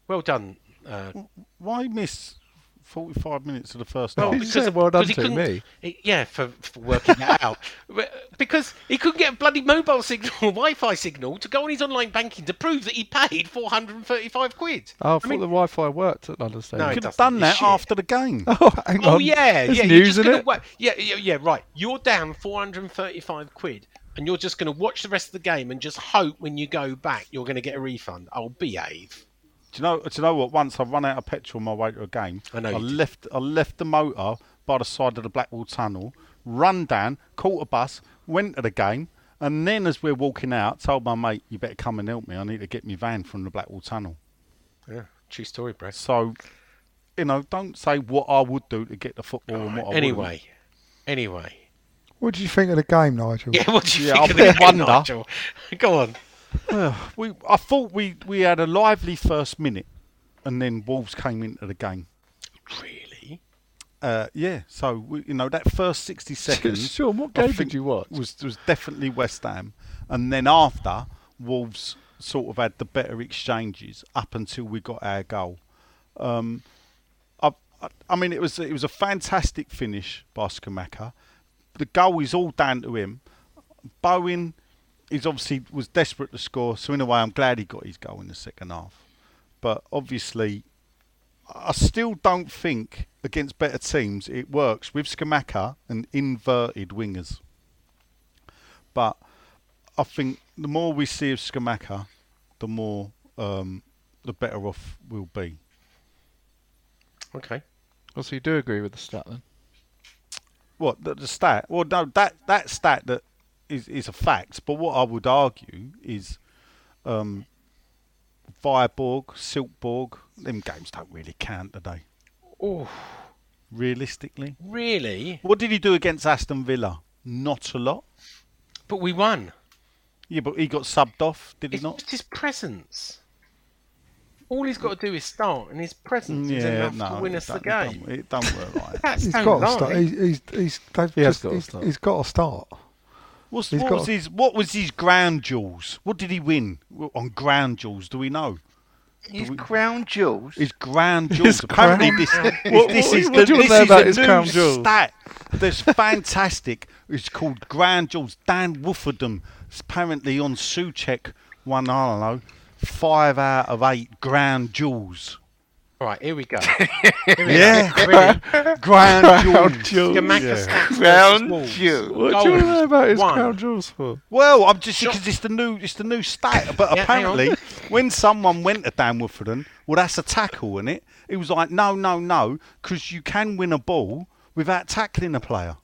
B: Well done. Uh,
F: Why miss 45 minutes of the first
B: Well,
F: half?
C: He's saying well done
B: Oh, because he
C: to
B: couldn't-
C: me.
B: he- yeah, for, for working that out. But- Because he couldn't get a bloody mobile signal, Wi-Fi signal, to go on his online banking to prove that he paid 435 quid.
C: Oh, I, thought
B: mean-
C: the Wi-Fi worked at London Stadium.
B: it
F: could have
B: doesn't.
F: done that
B: Shit.
F: after the game.
C: Oh, hang
B: Oh
C: on.
B: yeah,
C: There's
B: yeah, you're
C: news
B: just
C: in
B: gonna
C: it.
B: wa- yeah, yeah, yeah, right. You're down 435 quid, and you're just going to watch the rest of the game and just hope when you go back you're going to get a refund. I'll behave.
F: Do you know? Do you know what? Once I run out of petrol on my way to a game,
B: I know you did.
F: left. I left the motor by the side of the Blackwall Tunnel, run down, caught a bus, went to the game, and then as we're walking out, told my mate, "You better come and help me. I need to get my van from the Blackwall Tunnel."
B: Yeah, true story, Brett.
F: So, you know, don't say what I would do to get the football and what I wouldn't.
B: Anyway, anyway.
E: What do you think of the game, Nigel?
B: Yeah, what do you
F: Yeah,
B: think
F: I
B: of the game,
F: wonder.
B: Nigel? Go on.
F: we I thought we we had a lively first minute, and then Wolves came into the game.
B: Really?
F: Uh, yeah, so we, you know that first sixty seconds.
C: Sean, what
F: I
C: game
F: think
C: did you watch?
F: Was was definitely West Ham, and then after Wolves sort of had the better exchanges up until we got our goal. Um, I, I, I mean, it was it was a fantastic finish by Skamaka. The goal is all down to him. Bowen is obviously was desperate to score, so in a way, I'm glad he got his goal in the second half. But obviously, I still don't think against better teams it works with Skamaka and inverted wingers. But I think the more we see of Skamaka, the more um, the better off we'll be.
B: Okay.
C: Well, so you do agree with the stat then?
F: What the, the stat? Well, no, that that stat that is is a fact. But what I would argue is, um, Viborg, Silkborg, them games don't really count today.
B: Oh,
F: Realistically,
B: really?
F: what did he do against Aston Villa? Not a lot.
B: But we won.
F: Yeah, but he got subbed off, did he
B: It's
F: not?
B: just his presence. All he's got to do is start, and his presence is enough to win
F: it
B: us the
F: don't-
B: game.
F: It don't, it don't work like that.
B: That's
E: He's
B: don't
E: got to
B: lie.
E: start. He's, he's, he's, they've
C: He has
E: just,
C: got to
E: he's,
C: start.
E: he's got to start.
F: What's,
E: He's
F: what
E: got-
F: was his What was his ground jewels? What did he win Well, on ground jewels? Do we know?
D: His crown jewels.
F: His ground jewels.
C: crown-
F: Apparently, this, this,
C: What-
F: this
C: what-
F: is
C: what
F: the,
C: do you wanna
F: this
C: know
F: is
C: about
F: a
C: his
F: new
C: crown jewels?
F: stat. That's fantastic. It's called ground jewels. Dan Wolferdam apparently on Suchek one. I don't know. Five out of eight ground jewels.
B: Right, here we go.
F: Yeah, ground jewels.
B: Gamaka
F: Yeah.
B: stats
D: Crown
B: versus Wolves.
D: jewels.
C: What do you
B: Goals,
C: know about his
B: one.
C: crown jewels for?
F: Well, I'm just because it's the new it's the new stat. But
B: Yeah, hang on.
F: apparently, when someone went to Dan Wolfenden, well, that's a tackle, is it? It was like no, no, no, because you can win a ball without tackling a player.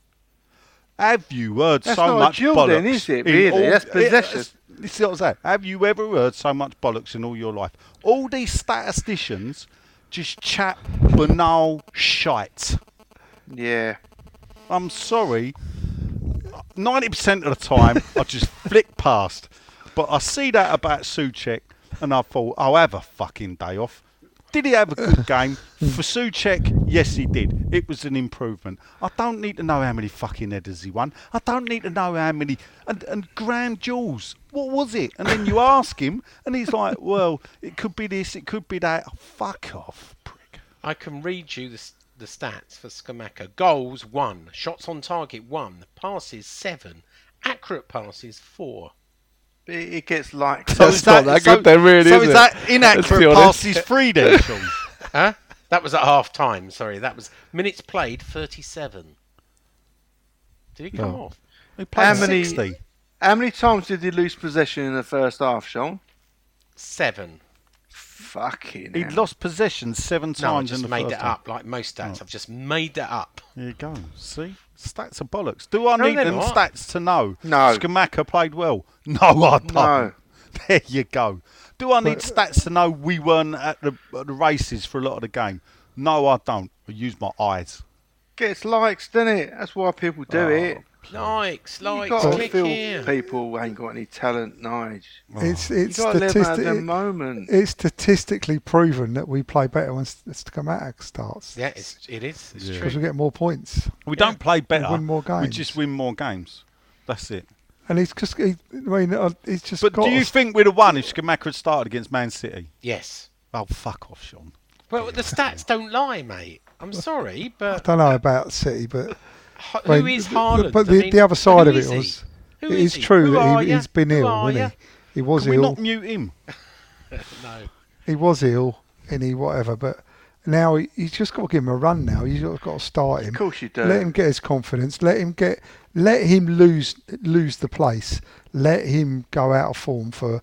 F: Have you heard
D: That's
F: so
D: not a
F: much
D: duel
F: bollocks?
D: then, is it,
F: in
D: really? That's
F: yeah,
D: possession.
F: This is what I'm saying. Have you ever heard so much bollocks in all your life? All these statisticians just chat banal shite.
D: Yeah.
F: I'm sorry. Ninety percent of the time, I just flick past. But I see that about Suchek, and I thought, I'll have a fucking day off. Did he have a good game? For Suchek, yes, he did. It was an improvement. I don't need to know how many fucking headers he won. I don't need to know how many. And, and grand jewels. What was it? And then you ask him, and he's like, well, it could be this, it could be that. fuck off, prick.
B: I can read you the, s- the stats for Skamaka. Goals, one. Shots on target, one. Passes, seven. Accurate passes, four.
D: It, it gets like
F: So
G: That's
F: is that,
G: not that
F: so,
G: good then, really,
F: So
G: is
F: is
G: it?
F: that
G: Let's be
F: inaccurate
G: honest.
F: passes free then, Sean?
B: Huh? That was at half time. Sorry, that was minutes played, 37. Did he come
E: Oh.
B: off?
F: He
D: How
F: played
D: many-
F: 60.
D: How many times did he lose possession in the first half, Sean?
B: Seven.
D: Fucking.
F: He'd
D: hell.
F: lost possession seven
B: No, I
F: times in
B: just
F: the
B: made
F: first
B: it
F: half.
B: up like most stats. I've just made it up.
F: There you go. See? Stats are bollocks. Do I
B: No,
F: need
B: they're
F: them
B: not.
F: stats to know?
D: No.
F: Skamaka played well. No, I don't.
D: No.
F: There you go. Do I need stats to know we weren't at the, at the races for a lot of the game? No, I don't. I use my eyes.
D: Gets likes, doesn't it? That's why people do
E: Oh.
D: it.
B: Likes,
D: You
B: likes,
D: got to
B: click
D: feel
B: here.
D: people ain't got any talent, Nige.
E: It's
D: You
E: it's
D: got to live at
E: statistic-
D: the moment.
E: it's statistically proven that we play better when St- Skamata starts
B: Yeah, it's, it is. It's
E: because
B: true.
E: we get more points.
F: We don't play better.
E: win more
F: We
E: games.
F: just win more games. That's it.
E: And he's just he, I mean uh, he's just.
F: But
E: got
F: do you
E: us-
F: think we'd have won if Skamaka had started against Man City?
B: Yes.
F: Oh, fuck off, Sean.
B: Well, the stats don't lie, mate. I'm sorry,
E: I
B: but
E: don't know about City, but
B: ho-
E: I mean,
B: who is
E: th- th-
B: Haaland?
E: But
B: I
E: the,
B: mean,
E: the other side
B: who
E: of it
B: is he?
E: was,
B: Who
E: it
B: is
E: is
B: he?
E: true
B: Who
E: that
B: are
E: he,
B: ya?
E: has been
B: Who
E: ill,
B: are ya?
E: wasn't he? He was
F: Can we
E: ill.
F: not mute him?
B: No.
E: he was ill and he whatever, but now he, he's just got to give him a run. Now you've got to start him.
D: Of course you do.
E: Let him get his confidence. Let him get. Let him lose lose the place. Let him go out of form for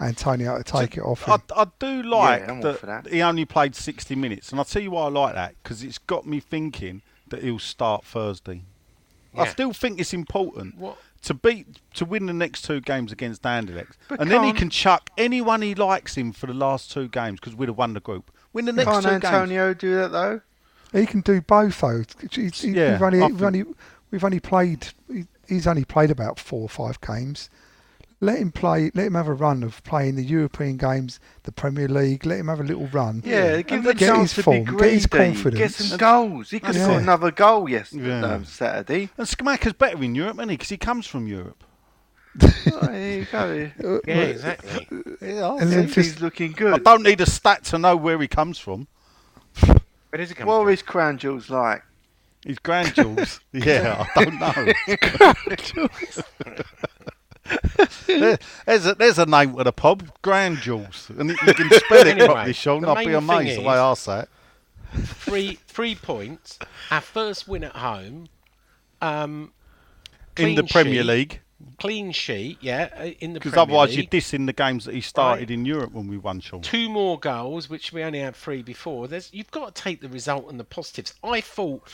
E: Antonio to take it off.
F: I,
E: him.
F: I do like
D: I'm all
F: that,
D: for that.
F: he only played 60 minutes, and I'll tell you why I like that because it's got me thinking that he'll start Thursday. I
B: Yeah.
F: still think it's important
B: What?
F: to beat to win the next two games against Anderlecht, and then he
D: can't-
F: can chuck anyone he likes in for the last two games because we'd have won the group. Win the next
D: Can't
F: two games.
D: Antonio do that though?
E: He can do both though. He- he-
F: Yeah,
E: we've only,
F: I
E: we've
F: think-
E: only we've only played. he- He's only played about four or five games. Let him play. Let him have a run of playing the European games, the Premier League. Let him have a little run.
D: Yeah, give him a
E: get
D: chance
E: his
D: to
E: form,
D: be
E: get
D: greedy.
E: his confidence.
D: some goals. He could have got
E: Yeah.
D: another goal yesterday,
F: Yeah.
D: um, Saturday.
F: And Skamaka's better in Europe, isn't he? Because he comes from Europe.
D: Oh, there you go.
B: Yeah, exactly.
E: And then
D: He's
E: just-
D: looking
F: I
D: good.
F: don't need a stat to know where he comes from.
B: Where does it come
D: What
B: from?
D: are his crown jewels like?
F: His grandchildren. yeah, I don't know. There- there's a there's a name for the pub, Grandjules, and you you can spell it
B: Anyway,
F: properly, Sean.
B: the
F: I'll be
B: main thing
F: amazed the way
B: is-
F: I say it.
B: three three points. Our first win at home. Um,
F: In the
B: clean
F: Premier
B: sheet-
F: League,
B: Clean sheet, yeah. uh, In the
F: because
B: Premier
F: otherwise you're
B: League.
F: dissing the games that he started
B: Right.
F: in Europe when we won, Sean.
B: two more goals, which we only had three before. There's you've got to take the result and the positives. I thought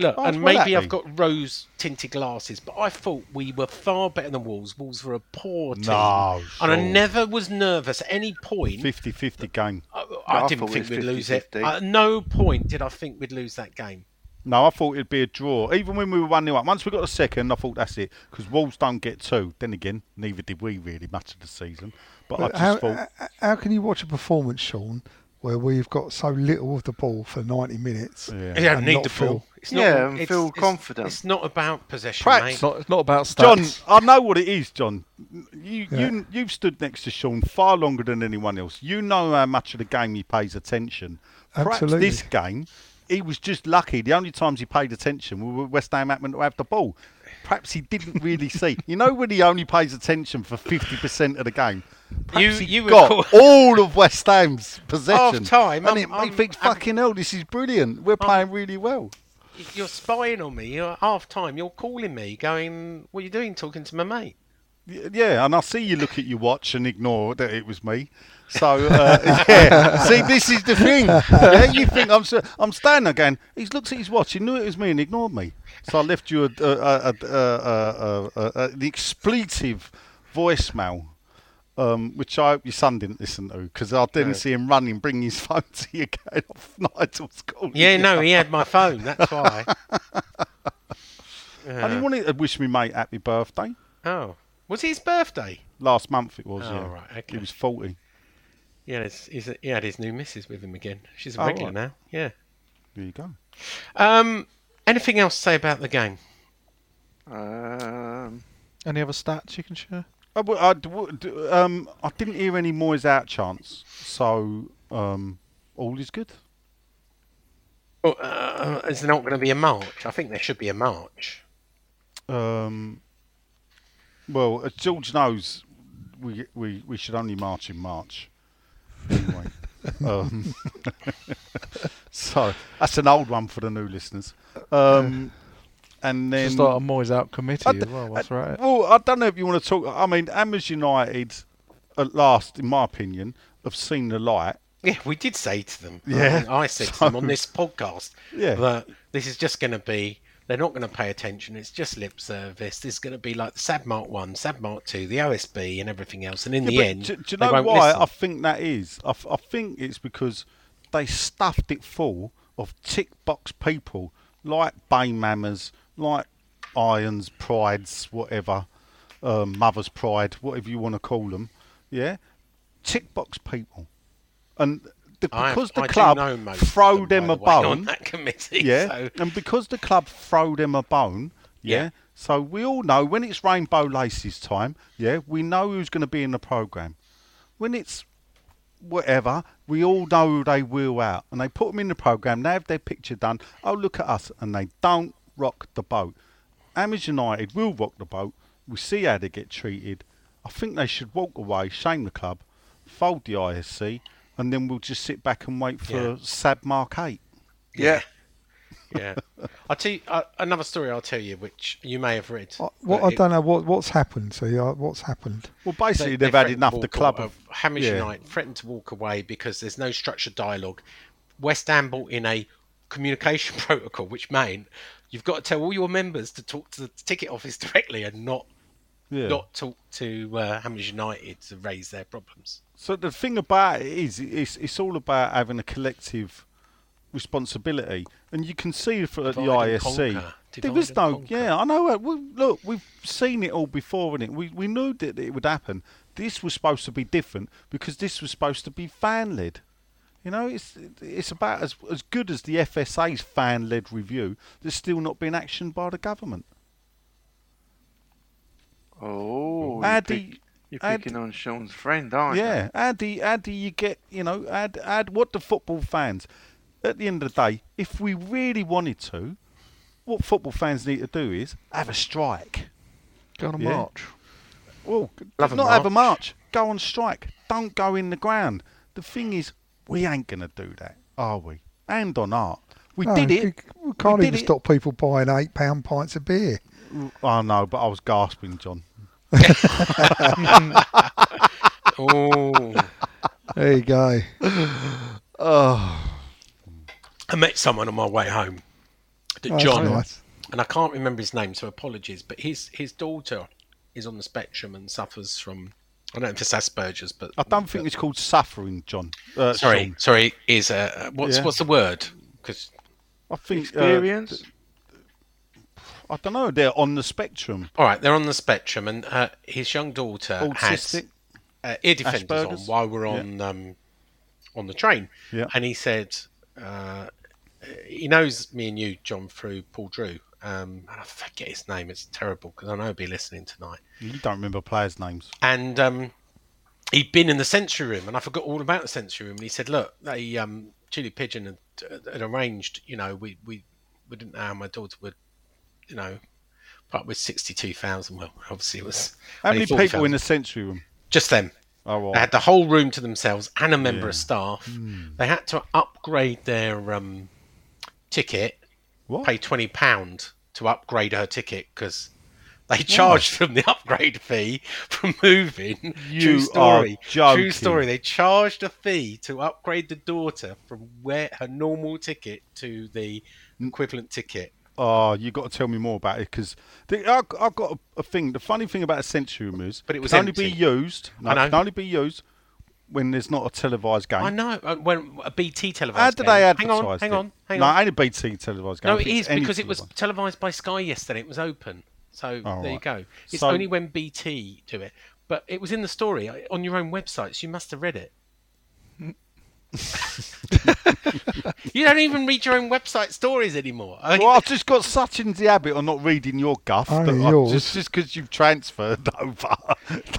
B: Look,
F: Oh,
B: and
F: will that
B: maybe I've
F: be?
B: got rose tinted glasses, but I thought we were far better than Wolves. Wolves were a poor team.
F: No,
B: and I
F: sure.
B: never was nervous at any point.
F: 50-50 game.
B: I, I
D: I
B: didn't
D: thought it
B: think
D: was
B: we'd lose it.
D: 50-50.
B: At no point did I think we'd lose that game.
F: No, I thought it'd be a draw. Even when we were one 0 up, once we got a second, I thought that's it because Wolves don't get two. Then again, neither did we really much of the season. But, I
E: But
F: just
E: how,
F: thought
E: h- how can you watch a performance, Sean, where we've got so little of the ball for 90 minutes?
F: Yeah.
B: You don't
E: and
B: need
E: not
B: the
E: feel-
B: ball. It's
D: Yeah, and
B: it's-
D: feel
B: it's-
D: confident.
B: It's not about possession,
F: Practice.
C: It's
B: mate.
C: not, it's not about
F: John,
C: stats.
F: I know what it is, John. You,
E: Yeah.
F: you, you've stood next to Sean far longer than anyone else. You know how much of the game he pays attention. Perhaps
E: Absolutely.
F: this game, he was just lucky. The only times he paid attention were when West Ham happened to have the ball. Perhaps he didn't really see. You know when he only pays attention for 50% of the game? Perhaps
B: You-
F: he
B: you were
F: got
B: call-
F: all of West Ham's possession.
B: time, um,
F: And
B: I'm-
F: it,
B: I'm-
F: he thinks,
B: I'm-
F: Oh, fucking hell, this is brilliant. We're playing really well.
B: You're spying on me. You're half time. You're calling me, going, "What are you doing? Talking to my mate?"
F: Y- Yeah, and I see you look at your watch and ignore that it was me. So uh, yeah, see, this is the thing. Yeah, you think I'm s- I'm standing there going, He's looked at his watch. He knew it was me and ignored me. So I left you a, a, a, a, a, a, a, a uh, the expletive voicemail. Um, which I hope your son didn't listen to because I didn't see him running, bringing his phone to you going off Nigel's call.
B: Yeah, no, he had my phone. That's why.
F: And he wanted to wish me, mate, happy birthday.
B: Oh, was it his birthday?
F: Last month it was,
B: Oh,
F: yeah.
B: right,
F: He
B: okay.
F: was 40.
B: Yeah, it's, he's, he had his new missus with him again. She's a
F: Oh,
B: regular
F: right.
B: now. Yeah.
F: There you go.
B: Um, anything else to say about the game?
D: Um,
C: Any other stats you can share?
F: I, w- Oh, I d- w- d- um, I didn't hear any Moyes out chance, so um, all is good.
B: Well, uh, is there not going to be a march? I think there should be a march.
F: Um, well, as George knows, we we, we should only march in March. Anyway, um, so that's an old one for the new listeners. Um, and then
C: Just start a Moyes out committee
F: I d-
C: as well. That's right.
F: Well, I don't know if you want to talk. I mean, Amers United, at last, in my opinion, have seen the light.
B: Yeah, we did say to them. um,
F: Yeah.
B: I said to them on this podcast
F: Yeah.
B: that this is just going to be. They're not going to pay attention. It's just lip service. This is going to be like the Sadmark one, Sadmark two, the OSB, and everything else. And in the
F: but
B: end,
F: do, do you
B: they
F: know
B: won't
F: why
B: listen.
F: I think that is? I, f- I think it's because they stuffed it full of tick box people like Baymammers, like Irons, Prides, whatever, um, Mother's Pride, whatever you want to call them. Yeah, tick box people, and the,
B: I-
F: because
B: I
F: the
B: do
F: club
B: know most of
F: throw
B: by
F: them, a
B: the way,
F: bone
B: on that committee.
F: yeah,
B: so-
F: and because the club throw them a bone, yeah,
B: Yeah.
F: So we all know when it's rainbow laces time, yeah, we know who's going to be in the program. When it's whatever, we all know who they wheel out, and they put them in the program. They have their picture done. Oh, look at us, and they don't rock the boat. Amers United will rock the boat. We see how they get treated. I think they should walk away, shame the club, fold the ISC, and then we'll just sit back and wait for
B: Yeah.
F: Sad Mark Eight.
D: yeah.
B: yeah. I'll tell you uh, another story. I'll tell you, which you may have read.
F: Uh,
E: I, what,
B: but
E: I
B: it-
E: don't know what, what's happened to you. uh, What's happened?
F: Well, basically,
B: they
F: they, have had
B: threatened
F: enough.
B: to
F: The
B: walk
F: club
B: aw-
F: have
B: Hamish
F: yeah.
B: United threatened to walk away because there's no structured dialogue. West Ham brought in a communication protocol, which meant you've got to tell all your members to talk to the ticket office directly and not
F: Yeah.
B: not talk to uh, Hamish United to raise their problems.
F: So the thing about it is, it's it's all about having a collective responsibility, and you can see for at the
B: Divide
F: ISC
B: and conquer.
F: there
B: Divide
F: is
B: and
F: no.
B: conquer.
F: Yeah, I know. it. We, look, we've seen it all before, and it we we knew that it would happen. This was supposed to be different because this was supposed to be fan led. You know, it's it's about as as good as the FSA's fan led review that's still not been actioned by the government.
D: Oh,
F: How
D: you're,
F: do
D: pick,
F: you-
D: you're
F: how
D: picking on Sean's friend, aren't you?
F: Yeah, how do, you, how do you get, you know, add, add what the football fans, at the end of the day, if we really wanted to, what football fans need to do is have a strike.
C: Go on a
F: Yeah.
C: march.
F: Well,
B: Love
F: not
B: a
F: have a march,
B: march.
F: go on strike. Don't go in the ground. The thing is, we ain't going to do that, are we? Hand on heart. We
E: No,
F: did
E: we-
F: it.
E: We can't
F: did
E: even
F: it.
E: stop people buying £8 pints of beer.
F: I know, but I was gasping, John.
B: Oh,
E: There you go.
B: I met someone on my way home
E: Oh,
B: that
E: that's
B: John,
E: nice.
B: and I can't remember his name, so apologies, but his his daughter is on the spectrum and suffers from I don't know if it's Asperger's, but
F: I don't think it's called suffering, John. Uh,
B: sorry,
F: Sean.
B: sorry, is a what's
F: Yeah.
B: what's the word? Because
F: I think uh,
D: Experience?
F: I don't know. They're on the spectrum.
B: all right, they're on the spectrum, and uh, his young daughter has
F: Autistic.
B: uh, ear defenders on
F: Asperger's?
B: while we're on um, on the train,
F: Yeah.
B: and he said uh, he knows me and you, John, through Paul Drew. Um, and I forget his name. It's terrible because I know he'll be listening tonight.
F: You don't remember players' names.
B: and um, he'd been in the sensory room, and I forgot all about the sensory room. And he said, "Look, they um, Chili Pigeon had, had arranged. You know, we we we didn't know how my daughter would, you know, but with sixty-two thousand. Well, obviously it was
F: How
B: only
F: many people
B: 40,000.
F: in the sensory room?
B: Just them.
F: Oh, well.
B: They had the whole room to themselves and a member of staff.
F: Hmm.
B: They had to upgrade their um, ticket,
F: What?
B: pay twenty pound to upgrade her ticket because they charged from the upgrade fee for moving. True
F: You
B: story.
F: are joking.
B: True story. They charged a fee to upgrade the daughter from where her normal ticket to the equivalent ticket.
F: Oh, you got to tell me more about it because I've, I've got a, a thing. The funny thing about a sensory room is,
B: But it was
F: can only
B: empty.
F: be used. No,
B: I know.
F: can only be used when there's not a televised game.
B: I know. uh, When a BT televised.
F: How do
B: game.
F: they advertise?
B: Hang on. Hang
F: it?
B: on. Hang
F: no,
B: on.
F: only BT televised game.
B: No,
F: I
B: it
F: think
B: is
F: it's any
B: because it was
F: televised.
B: televised by Sky yesterday. It was open, so
F: Oh,
B: there you
F: right.
B: go. It's
F: So-
B: only when BT do it, but it was in the story I- on your own websites. You must have read it. you don't even read your own website stories anymore. I mean,
F: Well, I've just got such in the habit of not reading your guff
E: Only
F: that I,
E: yours.
F: just just because you've transferred over,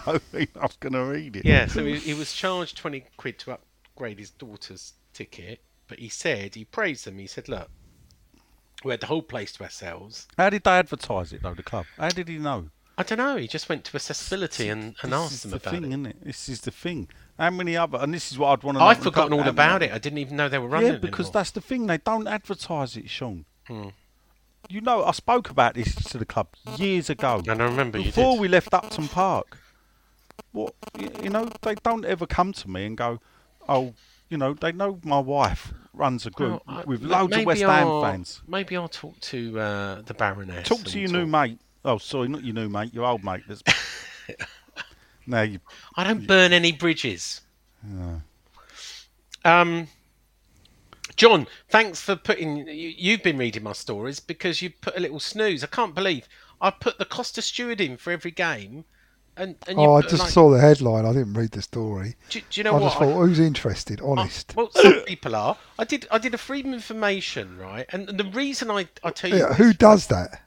F: don't mean I'm going to read it.
B: yeah, so he, he was charged twenty quid to upgrade his daughter's ticket, but he said he praised them. He said, "Look, we had the whole place to ourselves."
F: How did they advertise it though? The club. How did he know?
B: I don't know. He just went to accessibility and, and
F: this
B: asked
F: is
B: them
F: the
B: about
F: thing,
B: it.
F: isn't it? This is the thing. How many other? And this is what I'd want to.
B: I'd forgotten all about it. I didn't even know they were running.
F: Yeah, because
B: anymore. Hmm.
F: that's the thing. They don't advertise it, Sean. You know, I spoke about this to the club years ago.
B: And I remember you
F: before
B: did.
F: we left Upton Park. What y- you know, they don't ever come to me and go, "Oh, you know, they know my wife runs a group
B: Well, I-
F: with
B: m-
F: loads of
B: maybe
F: West Ham
B: I'll-
F: fans."
B: Maybe I'll talk to uh, the Baroness.
F: Talk to
B: and
F: your new mate. Oh, sorry, not your new mate, your old mate. That's now you.
B: I don't burn any bridges. Um, John, thanks for putting. You, you've been reading my stories because you put a little snooze. I can't believe I put the Costa Steward in for every game, and and you
E: Oh, I
B: put,
E: just
B: like-
E: saw the headline. I didn't read the story.
B: Do, do you know
E: I
B: what? Oh,
E: just thought, who's interested? Honest.
B: Well, some people are. I did. I did a freedom of information, right? And, and the reason I I tell you
E: yeah,
B: this-
E: who does that?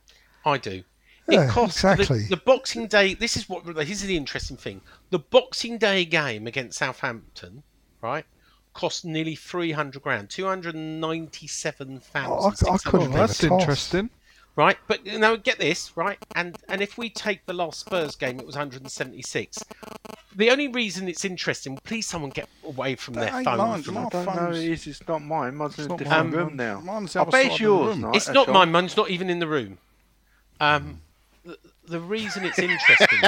B: I do.
E: Yeah,
B: it costs
E: exactly.
B: the, the Boxing Day. This is what. This is the interesting thing. The Boxing Day game against Southampton, right, cost nearly three hundred grand, two hundred ninety-seven thousand.
E: I- I couldn't
C: Well, that's
E: Never toss.
C: interesting.
B: Right, but now get this right, and and if we take the last Spurs game, it was one hundred and seventy-six. The only reason it's interesting, please someone get away from
F: That
B: their
F: ain't
B: phone.
F: mine,
B: from-
F: my
D: I don't know.
F: phone's-
D: It is. It's not mine. Mine's in a
F: not
D: different
F: mine.
D: room now.
F: Mine's the
D: I
F: other
D: bet
F: side
D: it's
F: of the
D: yours.
F: room.
D: Nigel.
B: It's not
D: Sure.
B: mine. Mine's not even in the room. Um, the, the reason it's interesting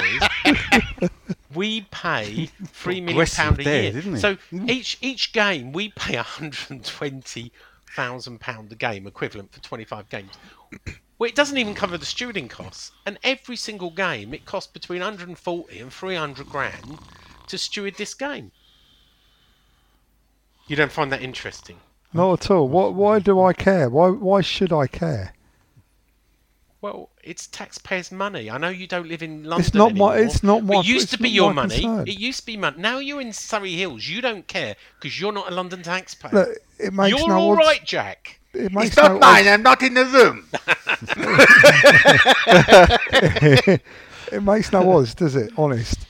B: is we pay three million
F: Aggressive
B: pound a
F: there,
B: year.
F: didn't he?
B: So each each game we pay hundred and twenty thousand pound a game equivalent for twenty five games. Well, it doesn't even cover the stewarding costs, and every single game it costs between 140 and 300 grand to steward this game. You don't find that interesting?
E: Not at all. Why, why do I care? Why, why should I care?
B: Well, it's taxpayers' money. I know you don't live in London
E: not my-
B: anymore.
E: it's not my-
B: It used to
E: it's
B: be
E: not
B: your
E: my
B: money.
E: concern.
B: It used to be money. Now you're in Surrey Hills. You don't care because you're not a London taxpayer.
E: Look, it makes
B: you're
E: no
B: all right,
E: odds-
B: Jack.
E: It
D: It's
E: makes
D: not
E: no
D: mine. I'm not in the room.
E: Odds, it makes no odds, does it? Honest.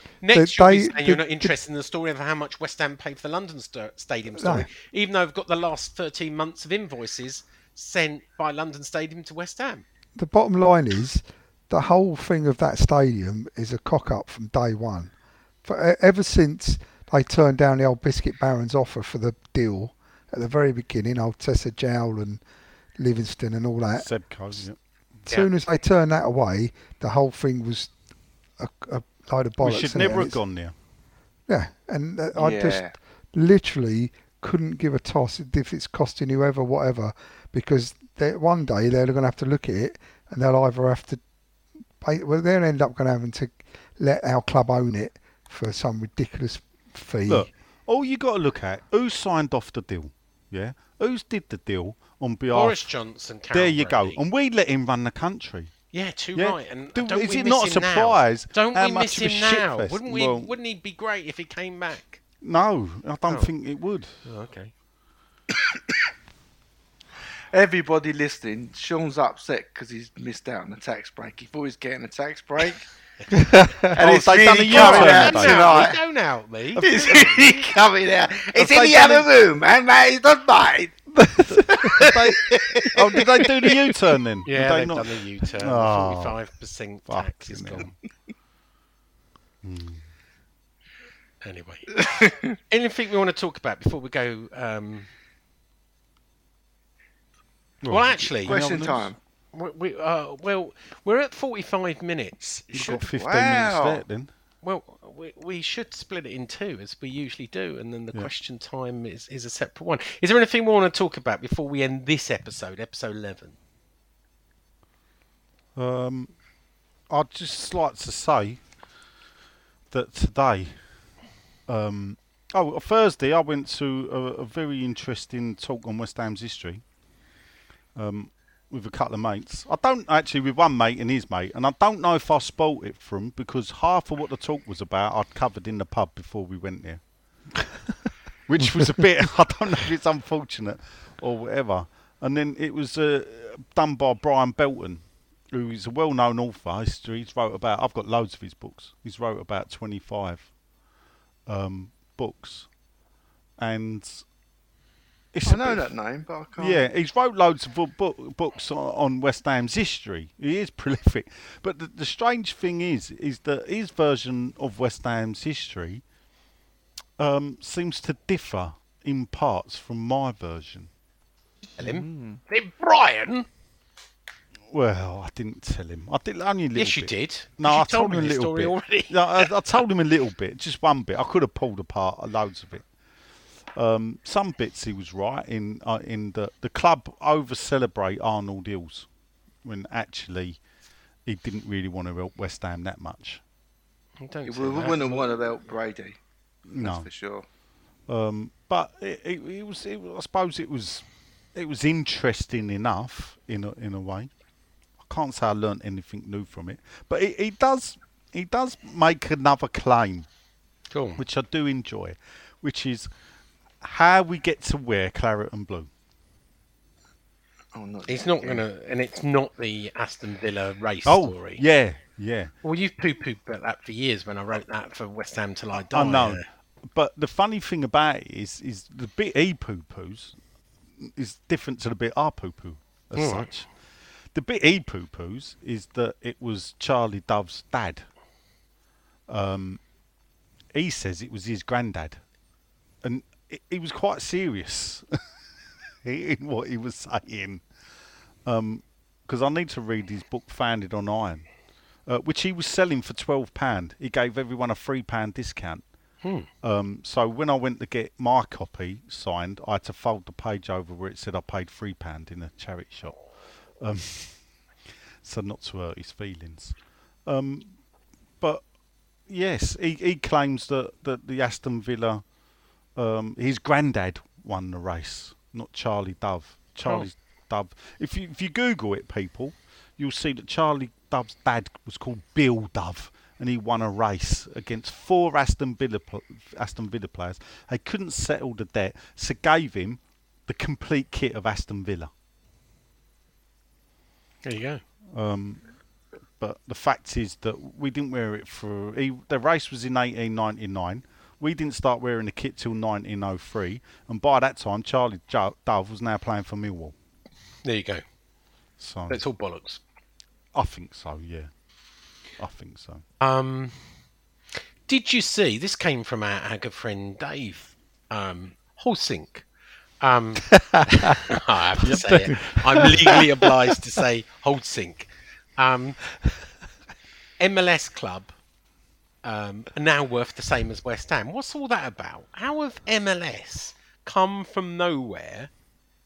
E: That
B: Next, you'll be
E: they-
B: saying
E: that-
B: you're not interested in the story of how much West Ham paid for the London st- Stadium story, even though I've got the last 13 months of invoices sent by London Stadium to West Ham.
E: the bottom line is the whole thing of that stadium is a cock up from day one. For, e- ever since they turned down the old Biscuit Baron's offer for the deal at the very beginning, old Tessa Jowl and Livingston and all that.
F: Seb Coe, yeah.
E: As soon as they turned that away, the whole thing was a, a load of bollocks.
F: We should
E: innit?
F: never
E: And
F: have
E: it's-
F: gone there.
E: Yeah, and uh, I just
D: Yeah.
E: literally couldn't give a toss if it's costing whoever whatever because that one day they're going to have to look at it, and they'll either have to, pay, well, they'll end up going to having to let our club own it for some ridiculous fee.
F: Look, all you got to look at who signed off the deal. Yeah, who's did the deal on behalf?
B: Boris Johnson. Carol
F: there you
B: Brady.
F: go, and we let him run the country.
B: Yeah, too
F: Yeah.
B: right. And
F: Do-
B: don't
F: is
B: we
F: it
B: miss
F: not a
B: him now?
F: surprise
B: Don't
F: how
B: we
F: much
B: miss
F: of a
B: him now?
F: shitfest?
B: Wouldn't we?
F: Well-
B: wouldn't he be great if he came back?
F: No, I don't
B: Oh.
F: think it would.
B: Oh, okay.
D: Everybody listening, Sean's upset because he's missed out on the tax break. He thought he was getting a tax break. and it's
F: they've Oh, done
D: really
F: a U-turn,
D: coming out
F: haven't they?
D: tonight.
B: Don't out me.
D: It's really coming out. It's in
F: they
D: the
F: done
D: other room, and that is not mine.
F: oh, did they do the U-turn then?
B: Yeah,
F: Did they
B: they've
F: not-
B: done a U-turn.
F: Oh.
B: Forty-five percent tax is
F: Fucking
B: gone. Hmm. Anyway, anything we want to talk about before we go? Um... Well, actually,
D: Question time.
B: we, we, uh, well, we're at forty-five minutes.
F: You've
B: Should
F: got 15
D: Wow.
F: minutes there then.
B: Well, we, we should split it in two as we usually do, and then the question time is, is a separate one. Is there anything we want to talk about before we end this episode, episode 11?
F: Um, I'd just like to say that today, um, oh, Thursday, I went to a, a very interesting talk on West Ham's history um, with a couple of mates. I don't actually, with one mate and his mate, and I don't know if I spoilt it from because half of what the talk was about I'd covered in the pub before we went there, which was a bit, I don't know if it's unfortunate or whatever. And then it was uh, done by Brian Belton who's a well-known author. He's, he's wrote about. I've got loads of his books. He's wrote about twenty-five um, books, and it's
D: I
F: a
D: know
F: bit-
D: that name, but I can't.
F: yeah, he's wrote loads of bu- bu- books on, on West Ham's history. He is prolific. But the, the strange thing is, is that his version of West Ham's history um, seems to differ in parts from my version.
B: Hey, Brian!
F: Well, I didn't tell him. I did only a little
B: Yes, you
F: bit.
B: did.
F: No,
B: you
F: I
B: told
F: told
B: me
F: him a
B: the
F: little
B: story
F: bit.
B: already.
F: No, I, I told him a little bit, just one bit. I could have pulled apart loads of it. Um, some bits he was right in. Uh, in the the club over celebrate Arnold Hills, when actually he didn't really want to help West Ham that much.
B: Don't say
D: We
B: that.
D: wouldn't want to help Brady, that's
F: No,
D: for sure.
F: um, but it, it, it was. It, I suppose it was. It was interesting enough in a, in a way. I can't say I learnt anything new from it, but he, he does. He does make another claim
B: Go on.
F: which I do enjoy, which is how we get to wear claret and blue.
D: Oh, not
B: It's
D: yet
B: not
D: again.
B: going to, and it's not the Aston Villa race
F: Oh.
B: story.
F: yeah, yeah.
B: Well, you've poo pooed about that for years when I wrote that for West Ham Till I Die.
F: I know. But the funny thing about it is, is the bit he poo poos is different to the bit I poo poo as
B: All right.
F: such. The bit he poo poos is that it was Charlie Dove's dad. Um, he says it was his granddad, and he- he was quite serious in what he was saying. Because I need to read his book, Founded on Iron, uh, which he was selling for twelve pound. He gave everyone a three pound discount. Um, so when I went to get my copy signed, I had to fold the page over where it said I paid three pound in a charity shop, um, so not to hurt his feelings. Um, but yes, he, he claims that, that the Aston Villa, um, his granddad won the race, not Charlie Dove. Charlie Dove. If you if you Google it, people, you'll see that Charlie Dove's dad was called Bill Dove, and he won a race against four Aston Villa pl- Aston Villa players. They couldn't settle the debt, so gave him the complete kit of Aston Villa.
B: There you go.
F: but the fact is that we didn't wear it for he, the race was in 1899 we didn't start wearing the kit till 1903 and by that time charlie Jo- dove was now playing for millwall
B: There you go.
F: so
B: That's all bollocks.
F: i think so yeah i think so
B: Um, did you see this came from our, our good friend Dave um, Holsink? Um, I have to say it. I'm legally obliged to say Holsink. Um, MLS club um, are now worth the same as West Ham. What's all that about? How have MLS come from nowhere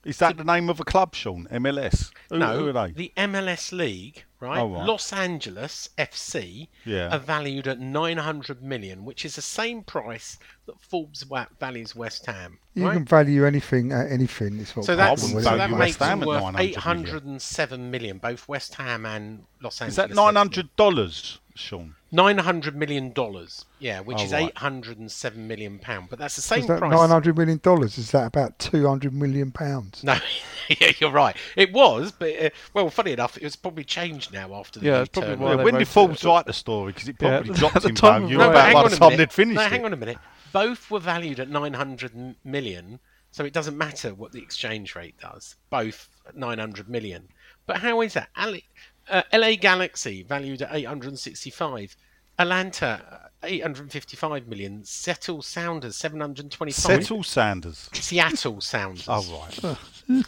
F: Is that the name of a club, Sean? MLS? Who,
B: no,
F: who are they?
B: the MLS League, right?
F: Oh, right.
B: Los Angeles FC
F: Yeah.
B: are valued at 900 million, which is the same price that Forbes wa- values West Ham,
E: You
B: right?
E: can value anything at anything. It's what
B: so
E: the
B: that's,
E: problem
B: so
E: with it
B: that
F: value
E: is.
B: makes
F: West Ham
B: them
F: at
B: worth
F: 900 million.
B: 807 million, both West Ham and Los Angeles.
F: Is that
B: FC.
F: nine hundred dollars, Sean?
B: 900 million dollars, yeah, which
F: Oh,
B: is
F: right.
B: 807 million pound, but that's the
E: Is
B: same
E: that
B: price.
E: nine hundred million dollars? Is that about two hundred million pounds?
B: No, yeah, you're right. It was, but uh, well, funny enough, it's probably changed now after the
C: Yeah,
B: new
C: it's probably
B: term.
C: Well, why they
F: when did
C: wrote
F: Forbes
C: it.
F: write the story? Because it
C: Yeah,
F: probably
C: at
F: dropped
C: the
F: in
C: time
F: value
C: of
B: but
C: writing.
F: about
B: hang
F: by
B: on
F: the
B: a
F: time
B: minute.
F: they'd finished
B: no,
F: it.
B: Hang on a minute. Both were valued at 900 m- million, so it doesn't matter what the exchange rate does. Both at 900 million. But how is that? Ali- uh, LA Galaxy valued at 865. Atlanta, uh, 855 million. Settle Sounders, 725.
F: Settle Sanders.
B: Seattle Sounders.
F: Oh right.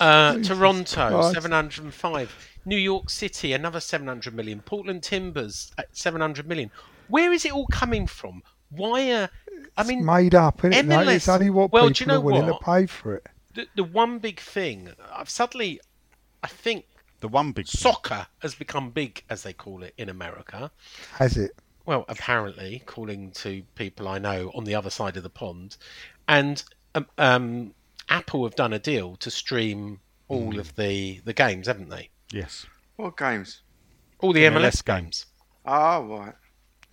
B: Uh, Toronto,
E: Christ.
B: 705. New York City, another 700 million. Portland Timbers, at 700 million. Where is it all coming from? Why are. I mean,
E: Made up, isn't it? mate?
B: MLS
E: It's only what
B: well, do you
E: people
B: know
E: are willing
B: what?
E: to pay for it.
B: the, the one big thing, I've suddenly. I think
F: The one big
B: soccer has become big, as they call it in America.
E: Has it?
B: Well, apparently, calling to people I know on the other side of the pond, and um, um, Apple have done a deal to stream all
F: Hmm.
B: of the the games, haven't they?
F: Yes.
D: What games?
B: All the MLS,
F: MLS
B: games.
D: Ah, right.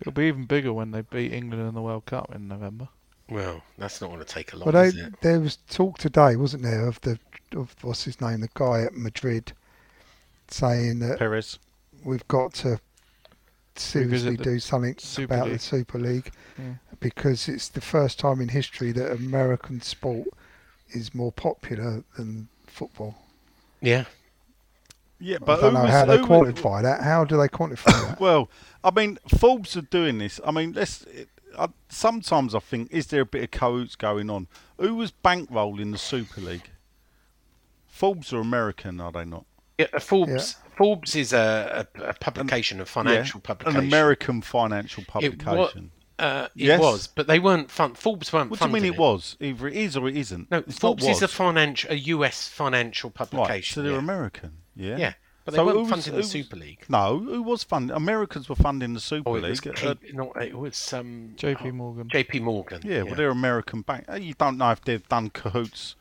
C: It'll be even bigger when they beat England in the World Cup in November.
B: Well, that's not going to take a lot,
E: But they,
B: is it?
E: there was talk today, wasn't there, of the of what's his name, the guy at Madrid, saying that
F: Perez.
E: we've got to seriously
C: Revisit the
E: do something
C: Super
E: about the
C: League.
E: Super League because it's the first time in history that American sport is more popular than football.
B: Yeah.
F: Yeah, but
E: I don't
F: who
E: know
F: was-
E: how they
F: who-
E: quantify that. How do they quantify that?
F: Well, I mean, Forbes are doing this. I mean, let's. I, sometimes I think, is there a bit of cohoots going on? Who was bankrolling the Super League? Forbes are American, are they not?
B: yeah uh, Forbes. Forbes is a, a, a publication, a financial
F: Yeah,
B: publication.
F: An American financial
B: It,
F: publication.
B: wa- uh, it
F: Yes.
B: was, but they weren't fun. Forbes weren't
F: what do you
B: funding
F: mean it was? Either it is or it isn't.
B: No,
F: It's not
B: Forbes is a
F: was.
B: financial, a US financial publication.
F: Right, so they're
B: yeah.
F: American. Yeah.
B: Yeah, but they
F: So
B: weren't
F: who was-
B: funding
F: who
B: the
F: was-
B: Super League.
F: No, who was funding? Americans were funding the Super
B: Oh, it was,
F: League.
B: K-
F: Uh,
B: not, it was um,
C: JP
B: oh,
C: Morgan.
B: JP Morgan.
F: Yeah, well, they're American bank. uh, You don't know if they've done cahoots.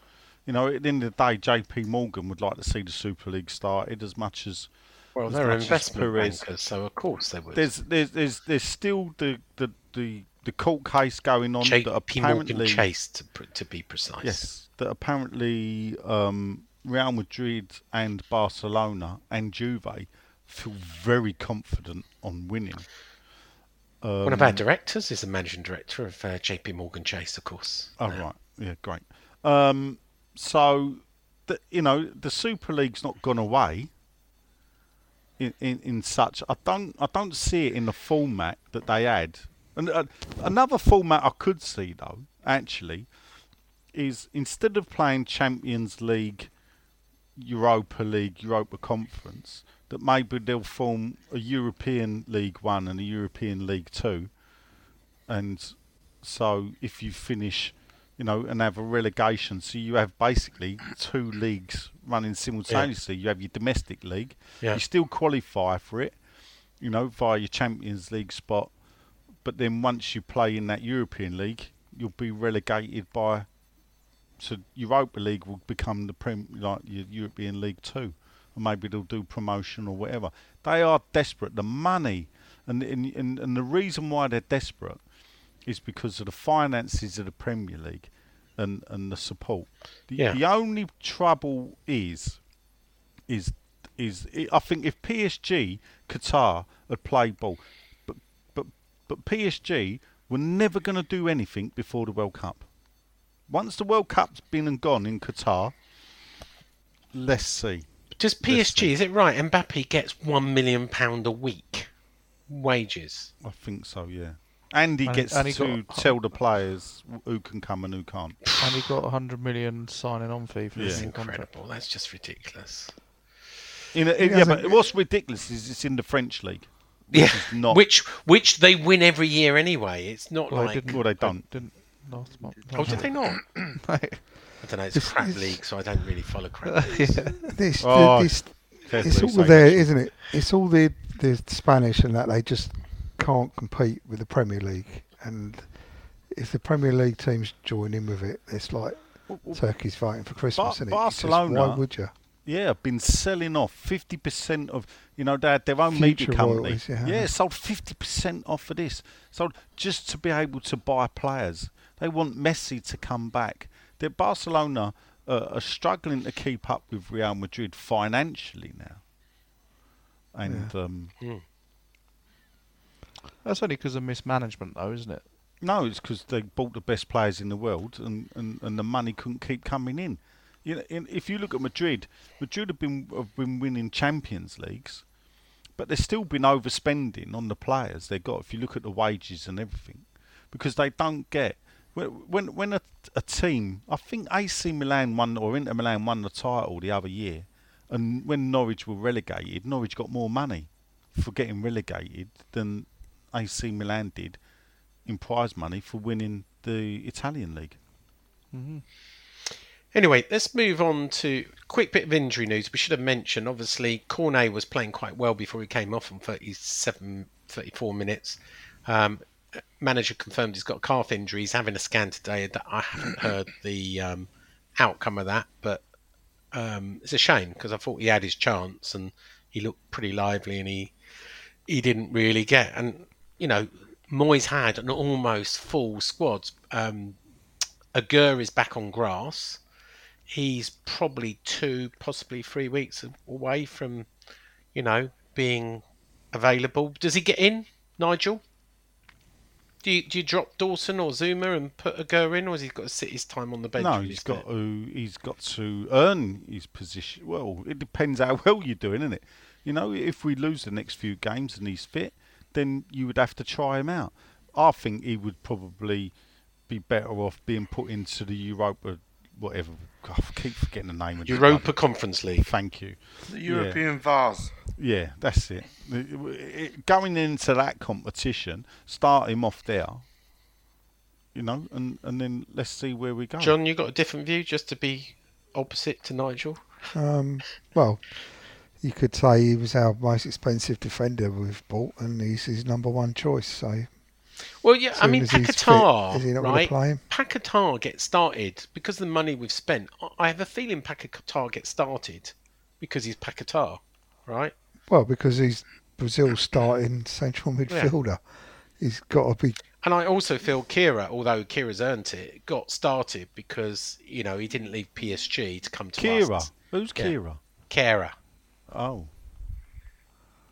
F: You know, at the end of the day, J.P. Morgan would like to see the Super League started as much as.
B: well,
F: as
B: they're
F: much as
B: investment
F: Perez.
B: bankers, so of course they would.
F: There's, there's, there's, there's still the the the, the court case going on that
B: JP Morgan
F: apparently.
B: Chase, to, pr- to be precise.
F: Yes, that apparently um, Real Madrid and Barcelona and Juve feel very confident on winning.
B: One of our directors is the managing director of uh, JP Morgan Chase, of course.
F: Oh right, yeah, great. Um, so, the, you know, the Super League's not gone away. In, in in such, I don't I don't see it in the format that they had. And uh, another format I could see though, actually, is instead of playing Champions League, Europa League, Europa Conference, that maybe they'll form a European League One and a European League Two, and so if you finish, you know, and have a relegation, so you have basically two leagues running simultaneously. You have your domestic league,
B: Yeah.
F: you still qualify for it, you know, via your Champions League spot, but then once you play in that European League, you'll be relegated by. So Europa League will become the prem like your European League Two, and maybe they'll do promotion or whatever. They are desperate. The money, and and and, and the reason why they're desperate is because of the finances of the Premier League and, and the support. The, E
B: Yeah.
F: the only trouble is, is, is i I think if PSG Qatar had played ball, but but but PSG were never going to do anything before the World Cup. Once the World Cup's been and gone in Qatar, let's see.
B: Does PSG, is it right? Mbappe gets £1 million pound a week wages.
F: I think so, yeah. And he
C: And-
F: gets
C: and he
F: to
C: got-
F: tell the players who can come and who can't.
C: And he got 100 million signing on fee for his
F: Yeah.
C: new contract.
B: Incredible. That's just ridiculous.
F: In a, yeah, but what's ridiculous is it's in the French league. Which
B: Yeah.
F: is not.
B: Which, which they win every year anyway. It's not
C: Well, they
B: like.
C: didn't.
F: Well, they don't.
C: Didn't last month.
B: Oh, did they not?
C: Mate,
B: I don't know. It's a crap league, so I don't really follow crap leagues.
E: This,
F: Oh,
E: this,
F: fair
E: it's
F: play,
E: all
F: Sagan.
E: there, isn't it? It's all the the Spanish and that they just can't compete with the Premier League, and if the Premier League teams join in with it, it's like Turkey's fighting for Christmas.
F: Ba-
E: isn't it? It's just, why
F: Barcelona-
E: would you?
F: Yeah, been selling off fifty percent of you know they had their own
E: Future
F: media company.
E: royalties, yeah.
F: sold fifty percent off for this. Sold just to be able to buy players. They want Messi to come back. Their Barcelona uh, are struggling to keep up with Real Madrid financially now. And um,
C: That's only because of mismanagement, though, isn't it?
F: No, it's because they bought the best players in the world, and, and, and the money couldn't keep coming in. You know, in, if you look at Madrid, Madrid have been have been winning Champions Leagues, but they've still been overspending on the players they got. If you look at the wages and everything, because they don't get when when, when a, a team, I think AC Milan won or Inter Milan won the title the other year, and when Norwich were relegated, Norwich got more money for getting relegated than AC Milan did in prize money for winning the Italian league.
B: Anyway, let's move on to quick bit of injury news. We should have mentioned, obviously, Cornet was playing quite well before he came off on 37, 34 minutes. Um, manager confirmed he's got a calf injury. He's having a scan today. That I haven't heard the um, outcome of that, but um, it's a shame because I thought he had his chance and he looked pretty lively and he he didn't really get. And you know, Moyes had an almost full squad. Um, Agur is back on grass. He's probably two, possibly three weeks away from, you know, being available. Does he get in, Nigel? Do you, do you drop Dawson or Zuma and put Agur in, or has he got to sit his time on the bench?
F: no,
B: with
F: he's
B: his
F: got
B: net?
F: to he's got to earn his position. Well, it depends how well you're doing, isn't it? You know, if we lose the next few games and he's fit, then you would have to try him out. I think he would probably be better off being put into the Europa, whatever. I keep forgetting the name of the
B: Europa
F: club.
B: Conference League.
F: Thank you.
D: The
F: Yeah.
D: European Vase.
F: Yeah, that's it. It- it- Going into that competition, start him off there. You know, and, and then let's see where we go.
E: Oh.
B: John, you got a different view, just to be opposite to Nigel.
E: Um, well, you could say he was our most expensive defender we've bought, and he's his number one choice. So
B: Well, yeah, I
E: soon
B: mean,
E: as he's fit,
B: Pakatar,
E: is he not gonna
B: right?
E: play him?
B: Pakatar gets started because of the money we've spent. I- I have a feeling Pakatar gets started because he's Pakatar, right?
E: well, because he's Brazil's starting central midfielder, he's got to be.
B: And I also feel Kira, although Kira's earned it, got started because you know he didn't leave PSG to come to
F: Kira.
B: us.
F: Who's
B: Yeah.
F: Kira?
B: Kira.
F: Oh.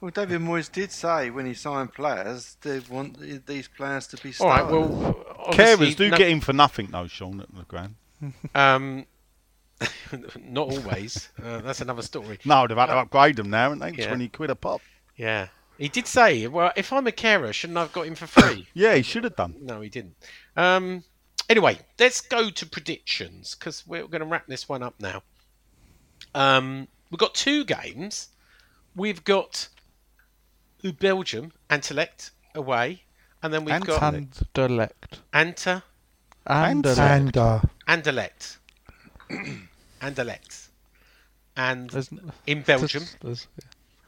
D: Well, David Moyes did say when he signed players, they want these players to be
B: All
D: started.
B: right. Well, obviously,
F: Carers do
B: no-
F: get in for nothing, though, Sean, at the ground.
B: Um, not always. uh, that's another story.
F: No, they've had to upgrade them now, haven't they?
B: Yeah.
F: 20 quid a pop.
B: Yeah. He did say, "Well, if I'm a carer, shouldn't I have got him for free?"
F: Yeah, he should have done.
B: No, he didn't. Um, anyway, let's go to predictions because we're going to wrap this one up now. Um, we've got two games. We've got Belgium, Antelect away, and then we've got
F: Antelect.
C: And elect.
B: Anta
C: And
E: And uh,
B: Andelect. Andelect. And
C: There's n-
B: in Belgium.
C: There's-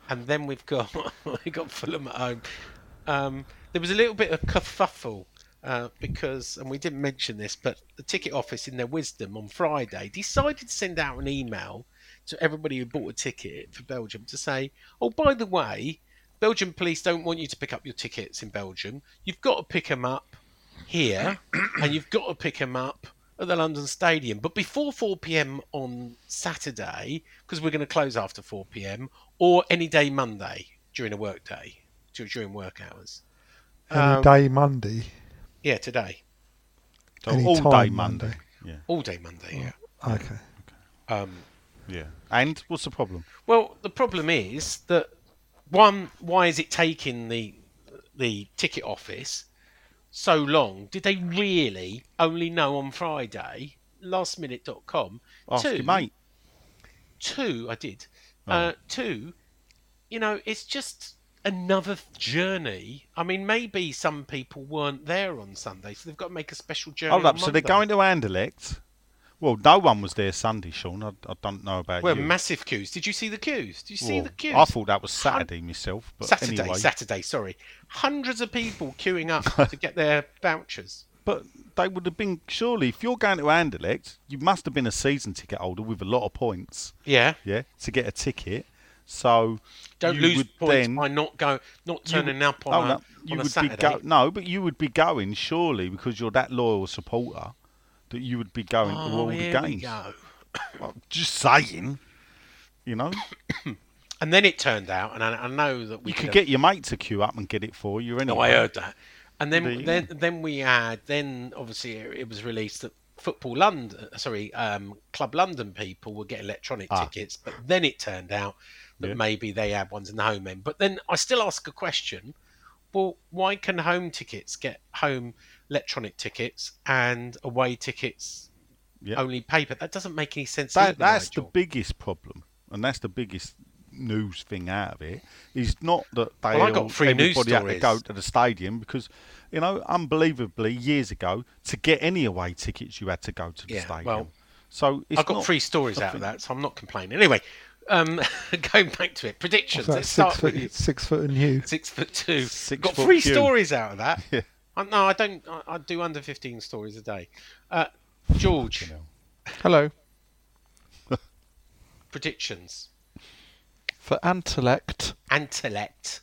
B: and then we've got we got Fulham at home. Um, there was a little bit of kerfuffle uh, because, and we didn't mention this, but the ticket office, in their wisdom, on Friday decided to send out an email to everybody who bought a ticket for Belgium to say, "Oh, by the way, Belgian police don't want you to pick up your tickets in Belgium. You've got to pick them up here, and you've got to pick them up." At the London Stadium, but before 4 p.m. on Saturday, because we're going to close after 4 p.m. or any day Monday during a work day, dur- during work hours.
E: any
F: Um,
E: day Monday,
B: Yeah, today.
F: So
E: Any
F: all day
E: time
F: Monday.
E: Monday.
B: All day Monday,
E: okay.
B: yeah. Um,
F: Yeah. And what's the problem?
B: well, the problem is that one, why is it taking the the ticket office so long? Did they really only know on Friday? Lastminute.com.
F: Ask
B: Two,
F: your mate. Oh.
B: two i did uh, two you know it's just another journey i mean maybe some people weren't there on sunday so they've got to make a special journey
F: Hold
B: on
F: up. So they're
B: Monday.
F: going to Anderlecht. Well, no one was there Sunday, Sean. I, I don't know about
B: Well,
F: you.
B: massive queues. Did you see the queues? Did you see
F: Well,
B: the queues?
F: I thought that was Saturday myself. But
B: Saturday,
F: anyway.
B: Saturday, sorry. Hundreds of people queuing up to get their vouchers.
F: But they would have been surely if you're going to Anderlecht, you must have been a season ticket holder with a lot of points.
B: Yeah.
F: Yeah, to get a ticket. So
B: Don't
F: you
B: lose
F: would
B: points
F: then,
B: by not go, not
F: you would-
B: turning up on,
F: oh,
B: a,
F: no,
B: on
F: you
B: a
F: would
B: Saturday.
F: Be go- no, but you would be going surely because you're that loyal supporter that you would be going to all
B: oh,
F: the
B: here we
F: games.
B: go.
F: Just saying, you know,
B: And then it turned out, and I, I know that we
F: you could
B: have-
F: get your mate to queue up and get it for you. Anyway,
B: No, I heard that. And
F: There
B: then
F: you
B: then then we had then obviously it it was released that Football London, sorry, um, Club London people would get electronic tickets, but then it turned out that
F: Ah. Yeah.
B: maybe they had ones in the home end. But then I still ask a question: Well, why can home tickets get home electronic tickets and away tickets
F: Yeah.
B: only paper? That doesn't make any sense.
F: That,
B: either,
F: that's the
B: Nigel.
F: biggest problem, and that's the biggest news thing out of it. Is not that they
B: Well, I got
F: all-
B: three news
F: everybody had to go
B: stories.
F: to the stadium because, you know, unbelievably years ago to get any away tickets you had to go to the
B: Yeah,
F: stadium.
B: well,
F: so it's
B: I've got
F: not
B: three stories out
F: something-
B: of that, so I'm not complaining. Anyway, um, going back to it, predictions.
E: So
B: Let's
E: that's six
B: start with
E: foot,
B: you.
E: six foot and you.
B: six foot two.
F: Six
B: Got
F: foot
B: three
F: cube.
B: stories out of that.
F: Yeah.
B: I, no, I don't. I, I do under fifteen stories a day. Uh, George,
C: Hello.
B: predictions.
C: For Antelect,
B: Antelect,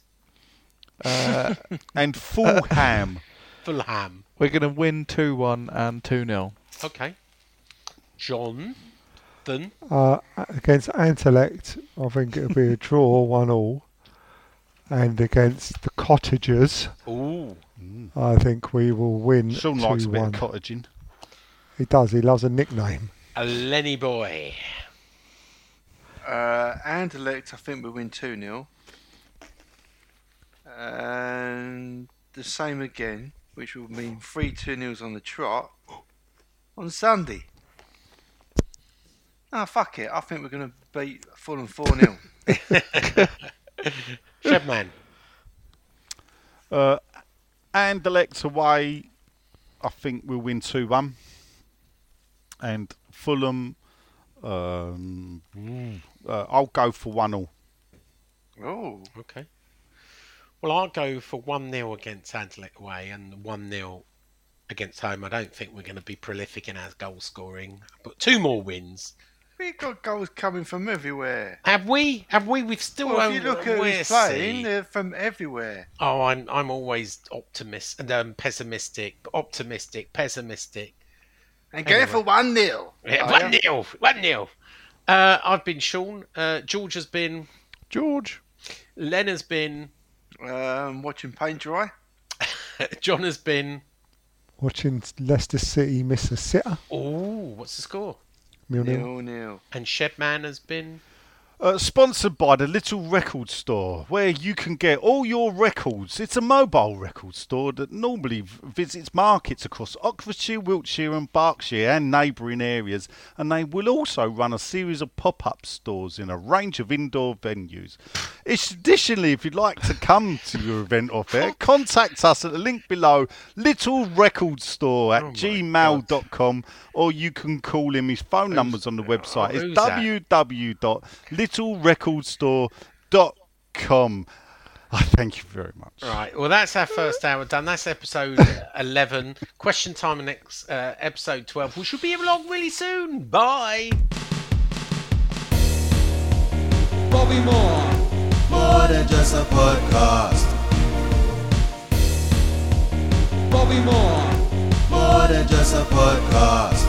F: And full ham.
B: Fulham.
C: we're going to win 2 1 and 2 0.
B: Okay. John, then
E: Uh, against Antelect, I think it'll be a draw, one all. And against the Cottagers,
B: ooh,
E: I think we will win
F: Sean
E: two
F: likes a bit
E: one.
F: of cottaging.
E: he does. He loves a nickname.
B: a Lenny boy.
D: Uh, Anderlecht, I think we win 2 0. And the same again, which will mean three 2 0s on the trot on Sunday. Ah, fuck it. I think we're going to beat Fulham 4 0.
B: Shedman,
F: Uh, Anderlecht away, I think we'll win 2 1. And Fulham, um,
B: Mm.
F: uh, I'll go for 1 0.
D: oh,
B: okay. Well, I'll go for one 0 against Antelect away and one 0 against home. I don't think we're going to be prolific in our goal scoring, but two more wins.
D: we got goals coming from everywhere.
B: Have we? Have we? We've still.
D: Well, if you
B: owned-
D: look at
B: we're
D: who's playing,
B: seeing-
D: they're from everywhere.
B: Oh, I'm I'm always optimist and um, pessimistic, optimistic, pessimistic.
D: And go for 1 0.
B: Yeah, one nil, one nil. Uh, I've been Sean. Uh, George has been.
C: George.
B: Len has been.
D: Um, watching paint dry.
B: John has been.
E: Watching Leicester City miss a sitter.
B: Oh, what's the score?
E: Nil nil.
D: Nil nil.
B: And Shedman has been.
F: Uh, sponsored by the Little Record Store, where you can get all your records. It's a mobile record store that normally v- visits markets across Oxfordshire, Wiltshire, and Berkshire and neighbouring areas, and they will also run a series of pop up stores in a range of indoor venues. It's additionally, if you'd like to come to your event or fair, contact us at the link below Little Record Store
B: Oh
F: at gmail.com or you can call him. His phone number's on the website.
B: who's
F: It's
B: that?
F: www.littlerecordstore.com. I thank you very much.
B: Right. Well, that's our first hour done. That's episode eleven. Question time. Next uh, episode twelve. We should be along really soon. Bye.
A: Bobby Moore. More than just a podcast. Bobby Moore. More than just a podcast.